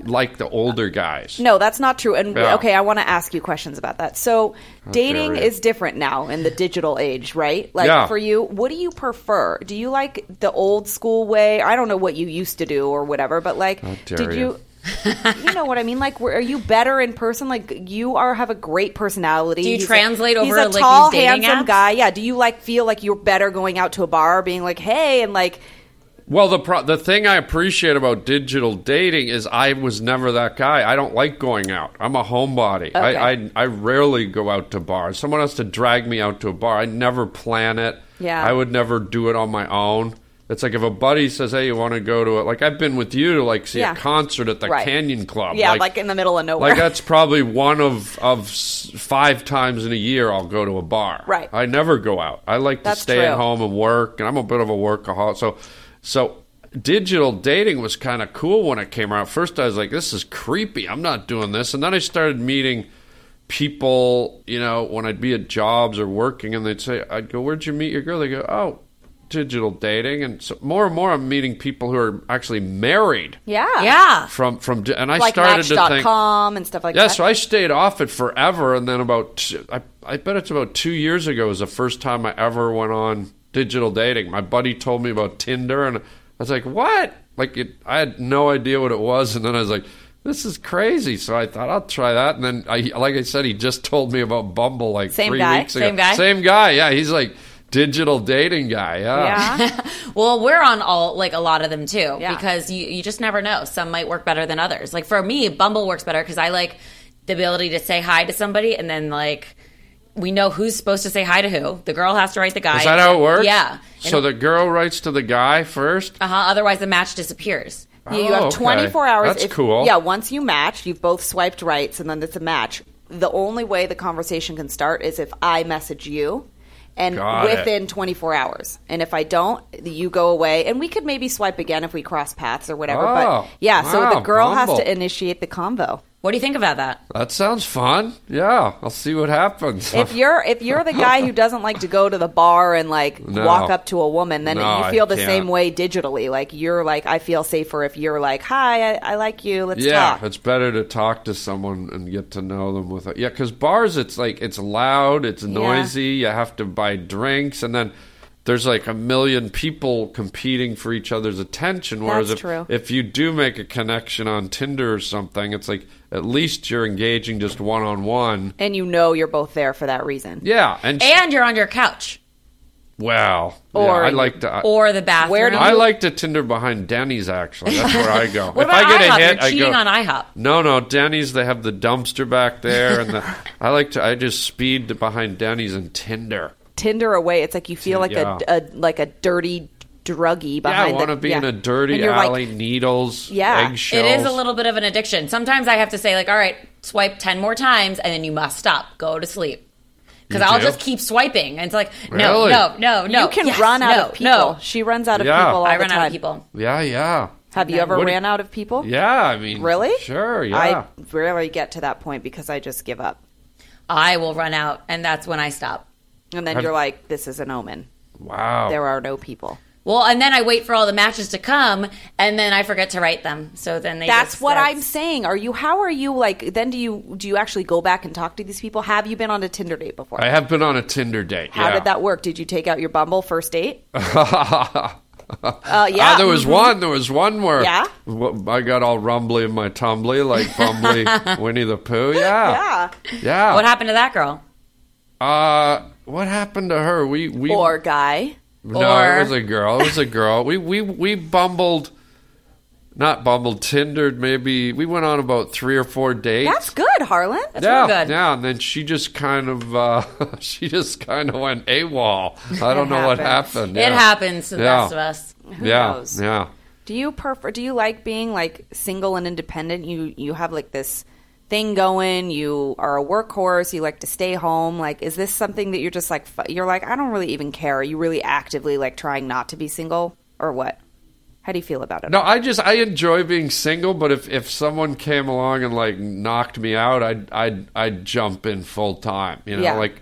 like the older guys.
no, that's not true. And
Yeah.
okay, I want to ask you questions about that. So, dating
right.
is different now in the digital age, right? Like
Yeah.
for you, what do you prefer? Do you like the old school way? I don't know what you used to do or whatever, but like,
dare
did
you.
you? you know what I mean? Like, were, are you better in person? Like, you are have a great personality.
Do you
He's a-
translate over,
He's a
like, these
tall,
dating
handsome
apps?
guy. Yeah. Do you like feel like you're better going out to a bar, being like, hey, and like,
Well, the pro- the thing I appreciate about digital dating is I was never that guy. I don't like going out. I'm a homebody. I,
Okay.
I I rarely go out to bars. Someone has to drag me out to a bar. I never plan it.
Yeah.
I would never do it on my own. It's like if a buddy says, "Hey, you want to go to it?" Like I've been with you to like see
Yeah.
a concert at the
Right.
Canyon Club.
yeah, like, in the middle of nowhere.
Like that's probably one of of s- five times in a year I'll go to a bar.
Right.
I never go out. I like to
That's
stay
true.
at home and work, and I'm a bit of a workaholic. So, so digital dating was kind of cool when it came out. First, I was like, this is creepy. I'm not doing this. And then I started meeting people. You know, when I'd be at jobs or working, and they'd say, I'd go, "Where'd you meet your girl?" They go, "Oh." Digital dating, and so more and more, I'm meeting people who are actually married
yeah.
Yeah.
from from, di- and I
Like
started to think,
Match.com and stuff like
yeah,
that.
so I stayed off it forever, and then about two, I, I bet it's about two years ago was the first time I ever went on digital dating. My buddy told me about Tinder, and I was like, "What?" Like it, I had no idea what it was, and then I was like, "This is crazy." So I thought I'll try that, and then I, like I said, he just told me about Bumble like
Same
three
guy?
weeks ago.
Same guy?
same guy. Yeah, he's like digital dating guy.
yeah.
Well, we're on all like a lot of them too
Yeah.
because you you just never know. Some might work better than others. Like for me, Bumble works better because I like the ability to say hi to somebody and then like we know who's supposed to say hi to who. The girl has to write the guy.
Is that how it works?
Yeah.
So the girl writes to the guy first.
uh Otherwise, the match disappears.
You, you have
Oh, okay.
24 hours.
That's cool.
Yeah, once you match, you've both swiped rights, and then it's a match. The only way the conversation can start is if I message you, and
Got it.
within 24 hours. And if I don't, you go away, and we could maybe swipe again if we cross paths or whatever.
Oh,
but yeah, so the
wow,
girl has
Bumble.
to initiate the convo.
What do you think about that?
That sounds fun. Yeah, I'll see what happens.
If you're if you're the guy who doesn't like to go to the bar and like
No.
walk up to a woman, then
No,
you feel
I
the
can't.
same way digitally. Like you're like I feel safer if you're like, "Hi, I, I like you. Let's
yeah,
talk."
it's better to talk to someone and get to know them with it. Yeah, because bars, it's like it's loud, it's noisy. You have to buy drinks, and then there's like a million people competing for each other's attention. Whereas
That's
if,
true.
if you do make a connection on Tinder or something, it's like at least you're engaging just one on one.
and you know you're both there for that reason.
Yeah, and,
And you're on your couch
wow,
Or-
yeah, I like to. I,
or the bathroom.
Where do
I
you-
like to Tinder behind Denny's. Actually, that's where I go.
What
if I
about
get
IHOP?
a hit,
You're cheating
I go,
on IHOP.
No, no, Denny's. They have the dumpster back there, and the, I like to. I just speed behind Denny's and Tinder.
Tinder away. It's like you feel like
Yeah.
a, a like a dirty druggie
Yeah, I
behind.
want to
the-
be in
yeah.
a dirty
And you're like-
alley, needles,
Yeah.
It
eggshells.
is a little bit of an addiction. Sometimes I have to say, like, all right, swipe 10 more times and then you must stop. Go to sleep. Because
You
I'll
do?
just keep swiping. And it's like, no,
Really?
no, no, Oh, no.
you can
yes,
run out
no,
of people.
No.
She runs out of
Yeah.
people all
I
the
run
time.
out of people.
Yeah, yeah,
Have you ever
What do-
ran out of people?
yeah. I mean,
Really?
Sure. Yeah.
I rarely get to that point because I just give up.
I will run out. And that's when I stop.
And then
Have- Oh.
you're like, this is an omen.
wow.
There are no people.
Well, and then I wait for all the matches to come and then I forget to write them. So then they
That's
just-
what I'm saying. Are you? How are you? Like, then do you do you actually go back and talk to these people? Have you been on a Tinder date before?
I have been on a Tinder date.
how
Uh, yeah.
did that work? Did you take out your Bumble first date? uh, yeah,
Ah, there was
mhm.
one. There was one where
Yeah?
wh- I got all rumbly in my tumbly, like bumbly Winnie the Pooh. Yeah.
Yeah.
Yeah. Yeah.
What happened to that girl?
Uh, what happened to her? We we
Or guy.
no,
or-
it was a girl. It was a girl. we we we bumbled, not bumbled, Tindered. Maybe we went on about three or four dates.
That's good, Harlan.
yeah,
real good.
yeah, and then she just kind of uh, she just kind of went AWOL. I don't know what
happens.
happened. Yeah.
It happens to the
Yeah.
best of us.
yeah,
knows?
yeah.
Do you prefer? Do you like being like single and independent? You you have like this thing going. You are a workhorse. You like to stay home. Like, is this something that you're just like, fu- you're like, I don't really even care. Are you really actively like trying not to be single or what? How do you feel about it?
No, I just I enjoy being single, but if if someone came along and like knocked me out, I'd I'd I'd jump in full time. You know,
Yeah.
like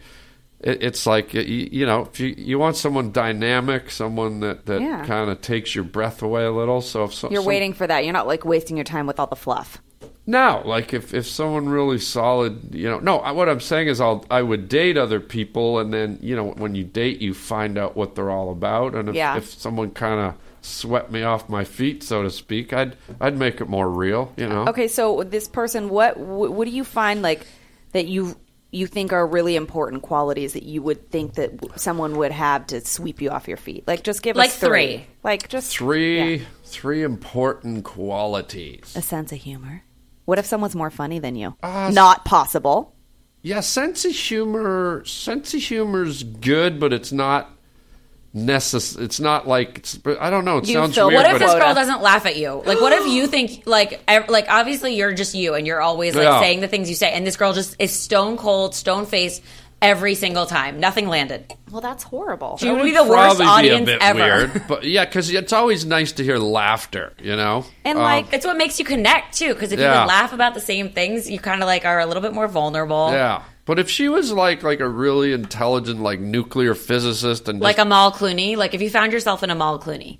it, it's like you, you know if you you want someone dynamic, someone that that
Yeah.
kind of takes your breath away a little. So if so,
You're
some-
waiting for that. You're not like wasting your time with all the fluff.
No, like if, if someone really solid, you know, no, I- what I'm saying is I'll, I would date other people and then, you know, when you date, you find out what they're all about. And if,
Yeah.
if someone kind of swept me off my feet, so to speak, I'd, I'd make it more real, you know?
Okay, so this person, what wh- what do you find like that you you think are really important qualities that you would think that w- someone would have to sweep you off your feet? Like, just give
Like
us three.
three.
Like just
Three,
yeah.
three important qualities.
A sense of humor. What if someone's more funny than you?
Uh,
Not possible.
Yeah, sense of humor. Sense of humor's good, but it's not necess. It's not like it's. I don't know. It
You
sounds
feel-
weird.
What if
but
this
it-
girl doesn't laugh at you? Like, what if you think like ev- like obviously you're just you and you're always like
Yeah.
saying the things you say, and this girl just is stone cold, stone faced every single time. Nothing landed.
Well, that's horrible.
She would be the worst audience ever.
but yeah, because it's always nice to hear laughter, you know.
And
Um,
like,
It's what makes you connect too, because if you
Yeah.
would laugh about the same things, you kind of like are a little bit more vulnerable.
yeah. But if she was like like a really intelligent like nuclear physicist and
Like
just,
Amal Clooney. Like if you found yourself in Amal Clooney.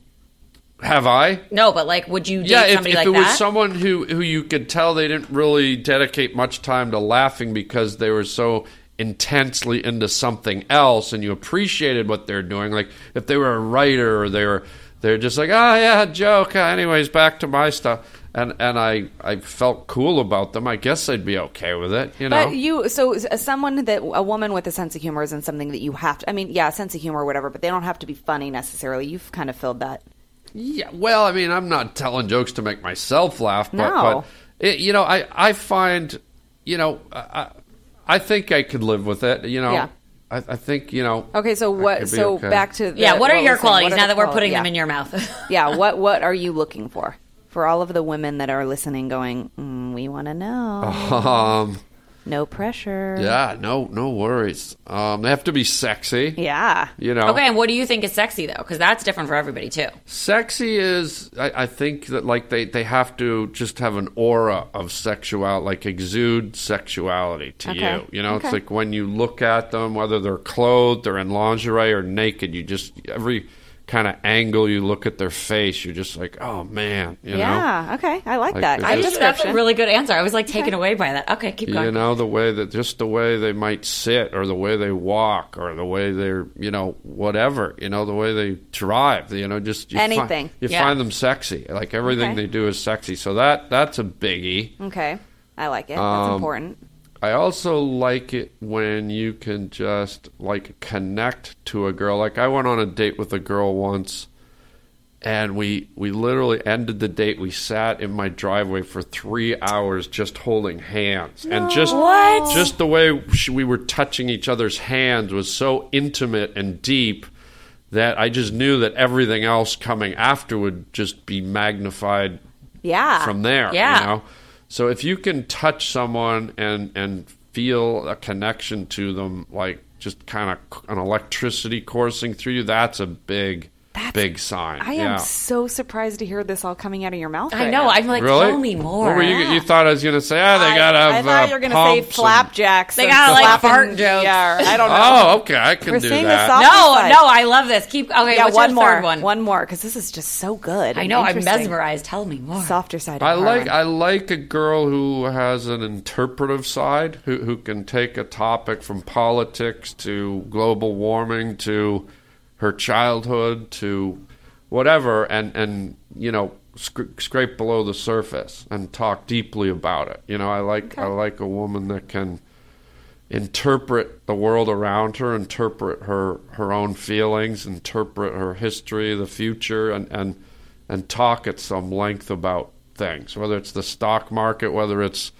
have I?
No, but like, would you date
Yeah, if,
somebody
if
like
it
that?
was someone who who you could tell they didn't really dedicate much time to laughing because they were so intensely into something else and you appreciated what they're doing like if they were a writer or they were they're just like oh yeah joke anyways back to my stuff and and I I felt cool about them I guess I'd be okay with it you know
But you, so s- someone that a woman with a sense of humor isn't something that you have to. I mean, yeah, sense of humor, or whatever, but they don't have to be funny necessarily. You've kind of filled that.
Yeah, well, I mean, I'm not telling jokes to make myself laugh, but,
No.
but it, you know, I, I find, you know, I, I- I think I could live with it. You know,
Yeah.
I, I think, you know.
Okay, so
I
what?
could be
So
okay.
back to the,
yeah. What are
we
your
were saying. What
qualities
are
now
the
that we're
quali-
putting
yeah.
them in your mouth?
yeah. What What are you looking for for all of the women that are listening? Going, mm, we want to know.
Um,
No pressure.
yeah, no, no worries. Um, they have to be sexy.
Yeah.
You know,
Okay, and what do you think is sexy though? Because that's different for everybody too.
sexy is I, I think that like they, they have to just have an aura of sexual like exude sexuality to
Okay.
you you know it's
Okay.
like when you look at them whether they're clothed or in lingerie or naked you just every kind of angle you look at their face you're just like oh man you
yeah. Okay. I like,
Like,
that.
it's
Good
I just that's a
description.
really good answer. I was like taken away by that. Okay, keep
know
going.
you know the way that just the way they might sit or the way they walk or the way they're you know whatever you know the way they drive you know just you
Anything.
find, you
Yeah.
find them sexy like everything
Okay.
they do is sexy so that that's a biggie
Okay. I like it. That's
Um,
important.
I also like it when you can just like connect to a girl. Like I went on a date with a girl once and we we literally ended the date. We sat in my driveway for 3 hours just holding hands. And just
What?
just the way sh- we were touching each other's hands was so intimate and deep that I just knew that everything else coming after would just be magnified
Yeah.
from there.
Yeah.
You know? So if you can touch someone and and feel a connection to them, like just kind of an electricity coursing through you, that's a big, big sign.
I
yeah.
am so surprised to hear this all coming out of your mouth.
I
right
know.
now.
I'm like,
Really?
tell me more.
What were you? You thought I was going to say? Ah, they got to
I, I
have.
thought
uh,
you were gonna say
pumps and-
flapjacks.
They
and
gotta, like,
flapping-
fart jokes.
Yeah, I don't know.
Oh, okay. I can
We're
do
seeing the
no,
that.
soft- Outside.
no, I love this. Keep okay.
yeah,
what's
one
your
more,
third one.
one more, because this is just so good.
I
and
know. I'm
interesting.
mesmerized. Tell me more.
Softer side. Of
I like
Harlan.
I like a girl who has an interpretive side, who who can take a topic from politics to global warming to her childhood to whatever, and and you know sc- scrape below the surface and talk deeply about it. You know, I like I like a woman that can interpret the world around her, interpret her her own feelings, interpret her history, the future, and and and talk at some length about things, whether it's the stock market, whether it's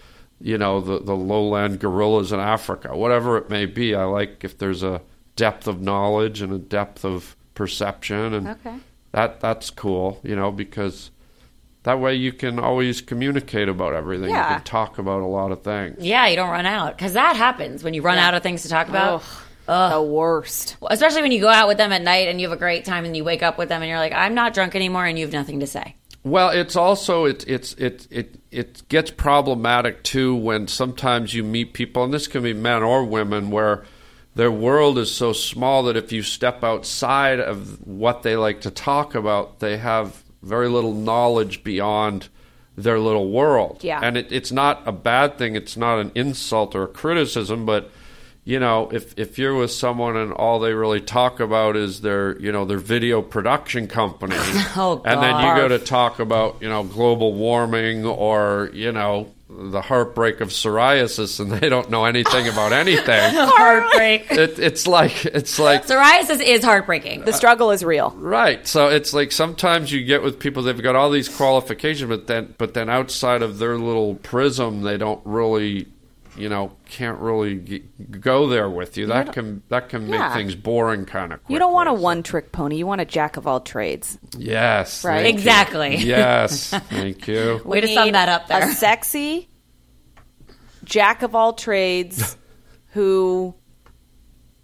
you know the the lowland gorillas in Africa, whatever it may be. I like if there's a depth of knowledge and a depth of perception, and
Okay.
that that's cool, you know, because That way you can always communicate about everything. You
Yeah.
can talk about a lot of things.
Yeah, you don't run out because that happens when you run out of things to talk about.
Ugh, the worst.
Well, Especially when you go out with them at night and you have a great time and you wake up with them and you're like, I'm not drunk anymore and you have nothing to say.
Well, it's also it's it's it it it gets problematic too when sometimes you meet people, and this can be men or women, where their world is so small that if you step outside of what they like to talk about, they have very little knowledge beyond their little world.
Yeah.
and it, it's not a bad thing. It's not an insult or a criticism, but you know, if if you're with someone and all they really talk about is their you know their video production company,
Oh,
and then you
God.
go to talk about you know global warming or you know the heartbreak of psoriasis and they don't know anything about anything
Heartbreak.
it, it's like it's like
Psoriasis is heartbreaking.
The struggle is real.
right so it's like sometimes you get with people they've got all these qualifications but then but then outside of their little prism they don't really you know can't really g- go there with you that can that can make
Yeah.
things boring kind of
You don't want a one-trick pony. You want a jack of all trades.
yes
Right.
thank you.
Exactly.
yes thank you
Way to sum
need
that up there.
A sexy jack of all trades who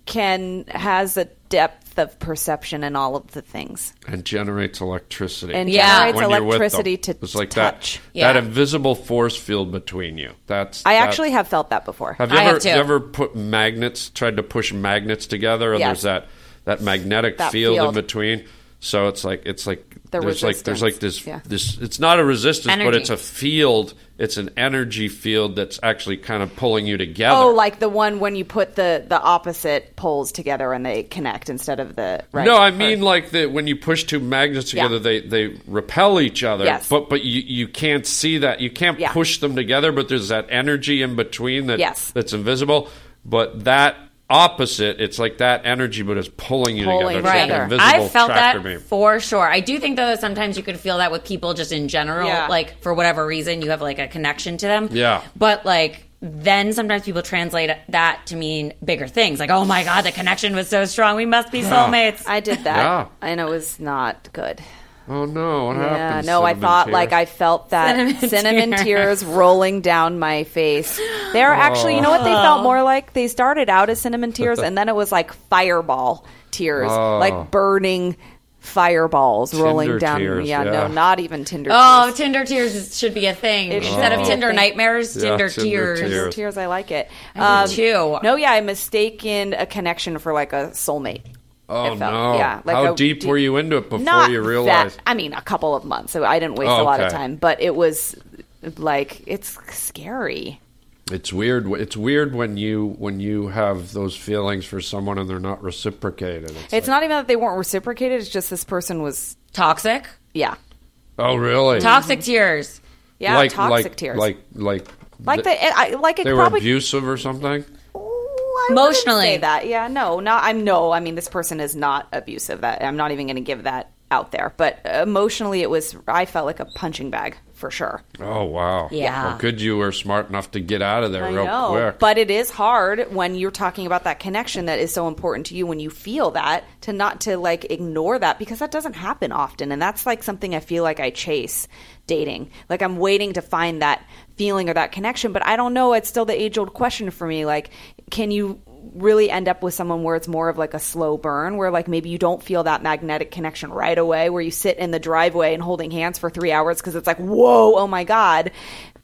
can has a depth of perception in all of the things.
and generates electricity.
And
Yeah.
generates
you're with them.
electricity to
it's like
touch.
that
Yeah.
that invisible force field between you. That's
I
that-
actually have felt that before.
have you
I
ever
have too.
you ever put magnets tried to push magnets together and
Yes.
there's that that magnetic
That
field,
field.
in between. So it's like it's like
The
there's like there's like this
resistance. Yeah.
this it's not a resistance but
Energy.
it's a field it's an energy field that's actually kind of pulling you together.
Oh, like the one when you put the the opposite poles together and they connect instead of the right.
No, I mean like that when you push two magnets
Yeah.
together, they, they repel each other.
Yes.
But but you, you can't see that. You can't
Yeah.
push them together. But there's that energy in between that
Yes.
that's invisible. But that opposite, it's like that energy, but it's pulling you
Pulling
together. It's like
together.
an invisible
I felt
tractor
that
beam.
for sure. I do think though that sometimes you could feel that with people just in general,
Yeah.
like for whatever reason you have like a connection to them.
Yeah.
But like then sometimes people translate that to mean bigger things, like oh my god, the connection was so strong, we must be soulmates.
I did that
Yeah.
and it was not good.
Oh no! What
Yeah,
happened?
no, I
Cinnamon
thought
Tear?
like I felt that
Cinnamon
cinnamon,
tears.
tears. rolling down my face. They're actually, you know what they felt
Oh.
more like? They started out as cinnamon tears and then it was like fireball tears,
Oh.
like burning fireballs rolling
Tinder
down.
tears,
yeah,
yeah.
no, not even Tinder
oh,
tears.
Tinder tears is- should be a thing
It should
instead
be
of
a
Tinder
thing.
nightmares,
Yeah,
Tinder,
Tinder
tears.
tears.
Tinder tears, I like it. Um,
I do too.
No, yeah, I mistaken a connection for like a soulmate.
Oh
it felt.
no!
Yeah, like
How
a
deep
deep-
were you into it before
not
you realized?
that. I mean, a couple of months. So I didn't waste
Oh,
a lot of
okay.
time, but it was like it's scary.
It's weird. It's weird when you when you have those feelings for someone and they're not reciprocated. It's,
It's
like,
not even that they weren't reciprocated. It's just this person was,
Toxic,
yeah,
Oh really?
toxic tears.
yeah, toxic tears,
Like like
like
th-
the, it, I, like it
they were
probably
abusive or something.
I wouldn't
Emotionally.
say that. Yeah, no, not. I'm no. I mean, this person is not abusive. That I'm not even going to give that out there. But emotionally, it was. I felt like a punching bag for sure.
Oh wow.
Yeah.
Well, good you were smart enough to get out of there
I
real
know,
quick.
but it is hard when you're talking about that connection that is so important to you. When you feel that, to not to like ignore that because that doesn't happen often, and that's like something I feel like I chase dating. Like I'm waiting to find that feeling or that connection, but I don't know. It's still the age old question for me. Like, can you really end up with someone where it's more of like a slow burn where like maybe you don't feel that magnetic connection right away where you sit in the driveway and holding hands for three hours because it's like whoa oh my god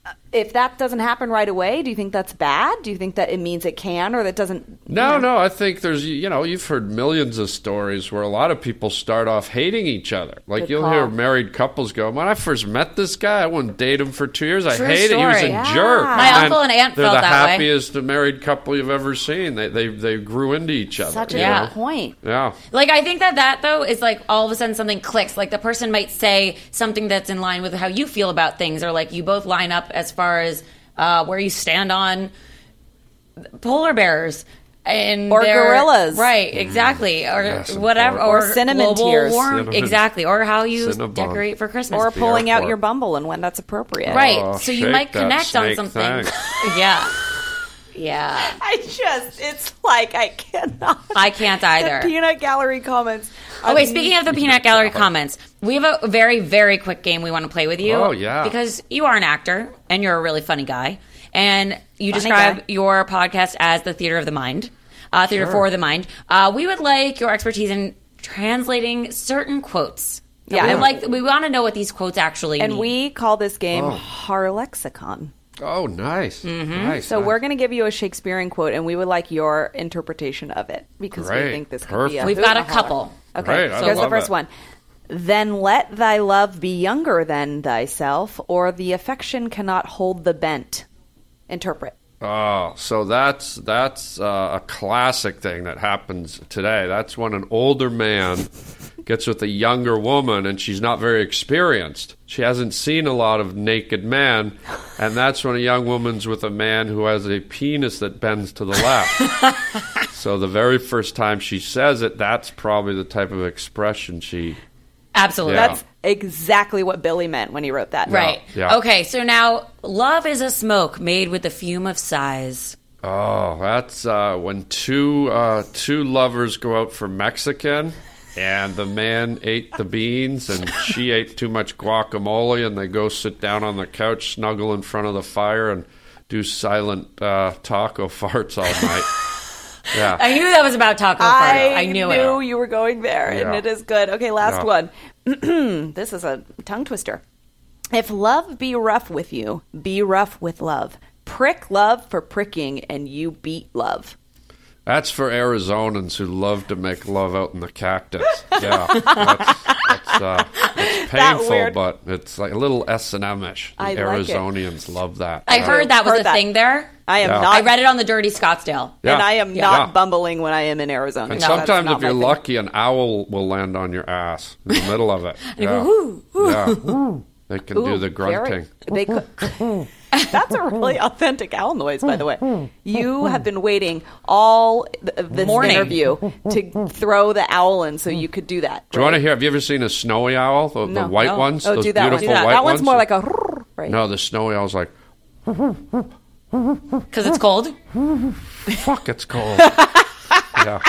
Uh, if that doesn't happen right away do you think that's bad do you think that it means it can or that doesn't
no, no, I think there's you know, you've heard millions of stories where a lot of people start off hating each other. Like
Good
you'll
call.
hear married couples go, When I first met this guy, I wouldn't date him for two years. I
True
hated him. He was a
story. Yeah.
jerk.
My
then
uncle and aunt
They're
felt
the
that way.
happiest married couple you've ever seen. They they they grew into each other.
such a
you
Yeah.
good point
know? Yeah.
Like I think that that though is like all of a sudden something clicks. Like the person might say something that's in line with how you feel about things, or like you both line up as far as uh, where you stand on polar bears and
Or
their-
gorillas.
right? Exactly, or
Yes, and
whatever,
Mm-hmm. polar-
or,
Or cinnamon
global
tears.
warm-
Cinnamon.
exactly, or how you
Cinnabon.
decorate for Christmas,
or pulling out
airport.
your bumble and when that's appropriate
right?
Oh,
so you
shake
might
that
connect on
snake
something.
thing.
yeah, yeah.
i just it's like i cannot
I can't
the
either.
peanut gallery comments
Oh wait, speaking of the peanut gallery comments, We have a very, very quick game we want to play with you.
Oh, yeah.
Because you are an actor and you're a really funny guy. And you
Funny
describe
guy.
your podcast as the theater of the mind, uh, theater for the mind. Uh, we would like your expertise in translating certain quotes.
Yeah.
We, would like, we want to know what these quotes actually
And
mean.
we call this game Harlexicon.
Oh, nice. Nice.
Mm-hmm. So
nice.
we're going to give you a Shakespearean quote, and we would like your interpretation of it because
Great.
we think this could be. A
Perfect.
We've got a
hoot-a-holler.
couple.
Okay,
Great. I
so here's the
love
first
it.
one. Then let thy love be younger than thyself, or the affection cannot hold the bent. Interpret.
Oh, so that's that's uh, a classic thing that happens today. That's when an older man gets with a younger woman, and she's not very experienced. She hasn't seen a lot of naked men, and that's when a young woman's with a man who has a penis that bends to the left. so the very first time she says it, that's probably the type of expression she.
Absolutely.
Yeah.
That's exactly what Billy meant when he wrote that.
Right.
Yeah.
Okay, so now love is a smoke made with the fume of sighs.
Oh, that's uh, when two uh, two lovers go out for Mexican, and the man ate the beans, and she ate too much guacamole, and they go sit down on the couch, snuggle in front of the fire, and do silent uh, taco farts all night. yeah.
I knew that was about Taco
I,
Fardo. I knew, it.
you were going there, and
Yeah.
it is good. Okay, last
Yeah.
one. this is a tongue twister. If love be rough with you, be rough with love. Prick love for pricking, and you beat love.
That's for Arizonans who love to make love out in the cactus. Yeah, that's, that's, uh, it's painful,
weird-
but it's like a little S and M-ish. The
I like it.
Arizonians love that.
I
Yeah.
heard that was
Heard
a
that.
thing there.
I am
Yeah.
not.
I read it on the Dirty Scottsdale.
and
Yeah.
I am
Yeah.
not
Yeah.
bumbling when I am in Arizona.
And
No, that's
sometimes,
not
if
my
you're
thing.
lucky, an owl will land on your ass in the middle of it. Yeah. Yeah. They can do the grunting.
They could. That's a really authentic owl noise, by the way. You have been waiting all th- of this
Morning.
interview to throw the owl in so you could do that.
Do you want to hear? Have you ever seen a snowy owl? The, the
No.
white
No.
ones?
Oh,
those
do that one.
beautiful
Do that.
white
that one's
ones?
more like a rrrr, right?
No, the snowy owl's like,
Because it's cold.
fuck, it's cold. yeah.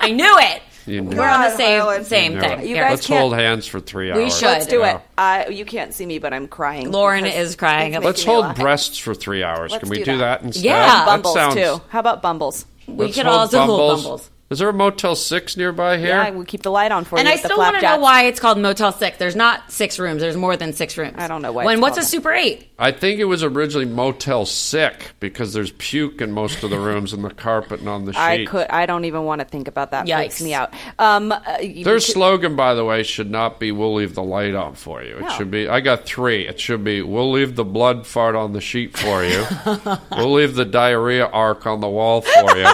I knew it.
You knew
We're
it.
on the
God,
same,
Harlan.
same
You know
thing.
it.
You
Here.
guys
Let's
can't-
hold hands for three
We
hours.
should.
Let's do
Yeah.
it. Uh, you can't see me, but I'm crying.
Lauren
because
is crying.
it's making
Let's
me
hold
laugh.
breasts for three hours.
Let's
can we
do
do,
that.
that. instead?
Yeah.
That
Bumbles
sounds-
too. How about bumbles?
we
let's
could
hold
also hold
bumbles.
bumbles.
Is there a Motel 6 nearby here?
Yeah, we keep the light on for
And
you.
I
with the
still want to know
flapjacks.
why it's called Motel 6. There's not six rooms. There's more than six rooms.
I don't know why
When
it's
what's a
called that.
Super 8?
I think it was originally Motel Sick because there's puke in most of the rooms and the carpet and on the sheets.
I could. I don't even want to think about that. Freaks
Yikes.
me out. Um, uh, you-
Their
you could-
slogan, by the way, should not be "We'll leave the light on for you." It
No.
should be. I got three. It should be "We'll leave the blood fart on the sheet for you." we'll leave the diarrhea arc on the wall for you.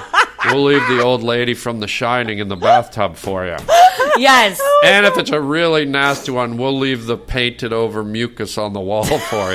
we'll leave the old lady from The Shining in the bathtub for you.
Yes.
And if it's a really nasty one, we'll leave the painted over mucus on the wall for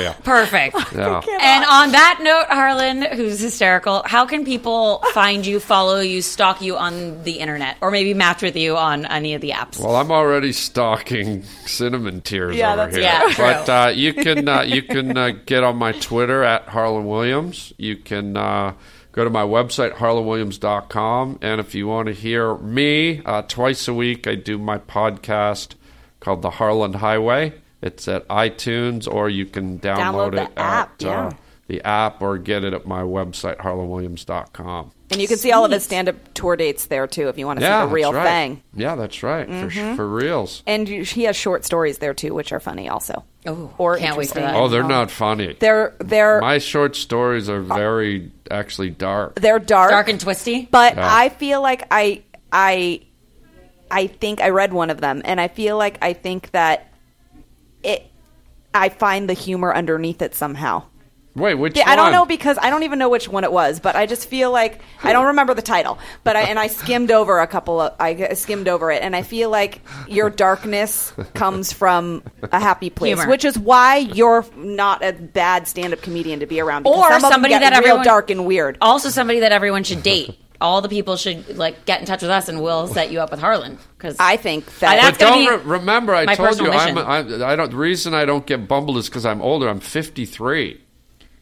you.
Perfect.
Yeah.
And on that note, Harlan, who's hysterical, how can people find you, follow you, stalk you on the internet, or maybe match with you on any of the apps?
Well, I'm already stalking cinnamon tears
Yeah,
over
that's
here.
Yeah, true.
but uh, you can uh, you can uh, get on my Twitter at Harlan Williams. You can uh, go to my website harlanwilliams.com, and if you want to hear me uh, twice a week, I do my podcast called The Harlan Highway. It's at iTunes, or you can download,
Download the
it
app,
at
yeah.
uh, the app, or get it at my website harlanwilliams.com.
and you can see all of his stand-up tour dates there too, if you want to
Yeah,
see the real
that's right.
thing. Mm-hmm.
Yeah, that's right for, for reals.
And you, he has short stories there too, which are funny also.
Oh,
or
can't wait for
interesting.
that.
Oh, they're not funny.
They're they're
My short stories are
Uh,
very actually dark.
they're dark,
Dark and twisty?
but
Yeah.
I feel like I I I think I read one of them, and I feel like I think that it. I find the humor underneath it somehow.
Wait, which
Yeah, I don't
one?
know because I don't even know which one it was, but I just feel like I don't remember the title. But I and I skimmed over a couple of I skimmed over it, and I feel like your darkness comes from a happy place,
Humor.
which is why you're not a bad stand-up comedian to be around. because
or
some of them
somebody
get
that
real
everyone Oh,
dark and weird.
Also, somebody that everyone should date. All the people should like get in touch with us, and we'll set you up with Harlan. Because
I think that
that's
But
gonna
don't
be
re- remember, I
my
told
personal
you, I'm,
mission.
I, I don't. The reason I don't get bumbled is because I'm older. I'm 53.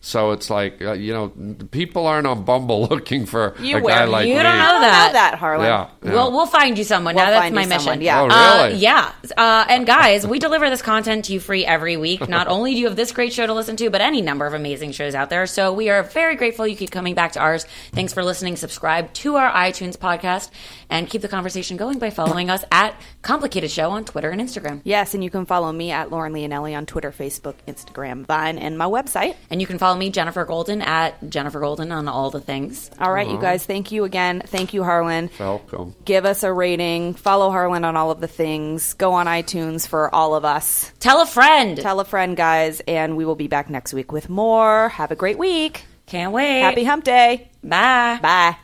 So it's like uh, you know, people aren't on Bumble looking for
You
a
were-
guy like
you
me.
don't know
I
that.
know that, Harlan.
Yeah, yeah.
Well, we'll find you someone.
We'll
now that's
find
my
you
mission.
someone, yeah.
Oh,
Uh,
really?
yeah. Uh, and guys, we deliver this content to you free every week. Not only do you have this great show to listen to, but any number of amazing shows out there. So we are very grateful you keep coming back to ours. Thanks for listening. Subscribe to our iTunes podcast and keep the conversation going by following us at Complicated Show on Twitter and Instagram.
Yes, and you can follow me at Lauren Leonelli on Twitter, Facebook, Instagram, Vine, and my website.
And you can follow me, Jennifer Golden, at Jennifer Golden on all the things.
All right, you guys, thank you again. Thank you, Harlan.
Welcome.
Give us a rating. Follow Harlan on all of the things. Go on iTunes for all of us.
Tell a friend.
Tell a friend, guys, and we will be back next week with more. Have a great week.
Can't wait.
Happy hump day.
Bye.
Bye.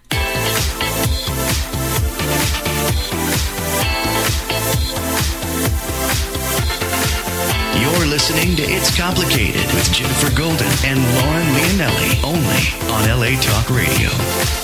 You're listening to It's Complicated with Jennifer Golden and Lauren Leonelli only on LA Talk Radio.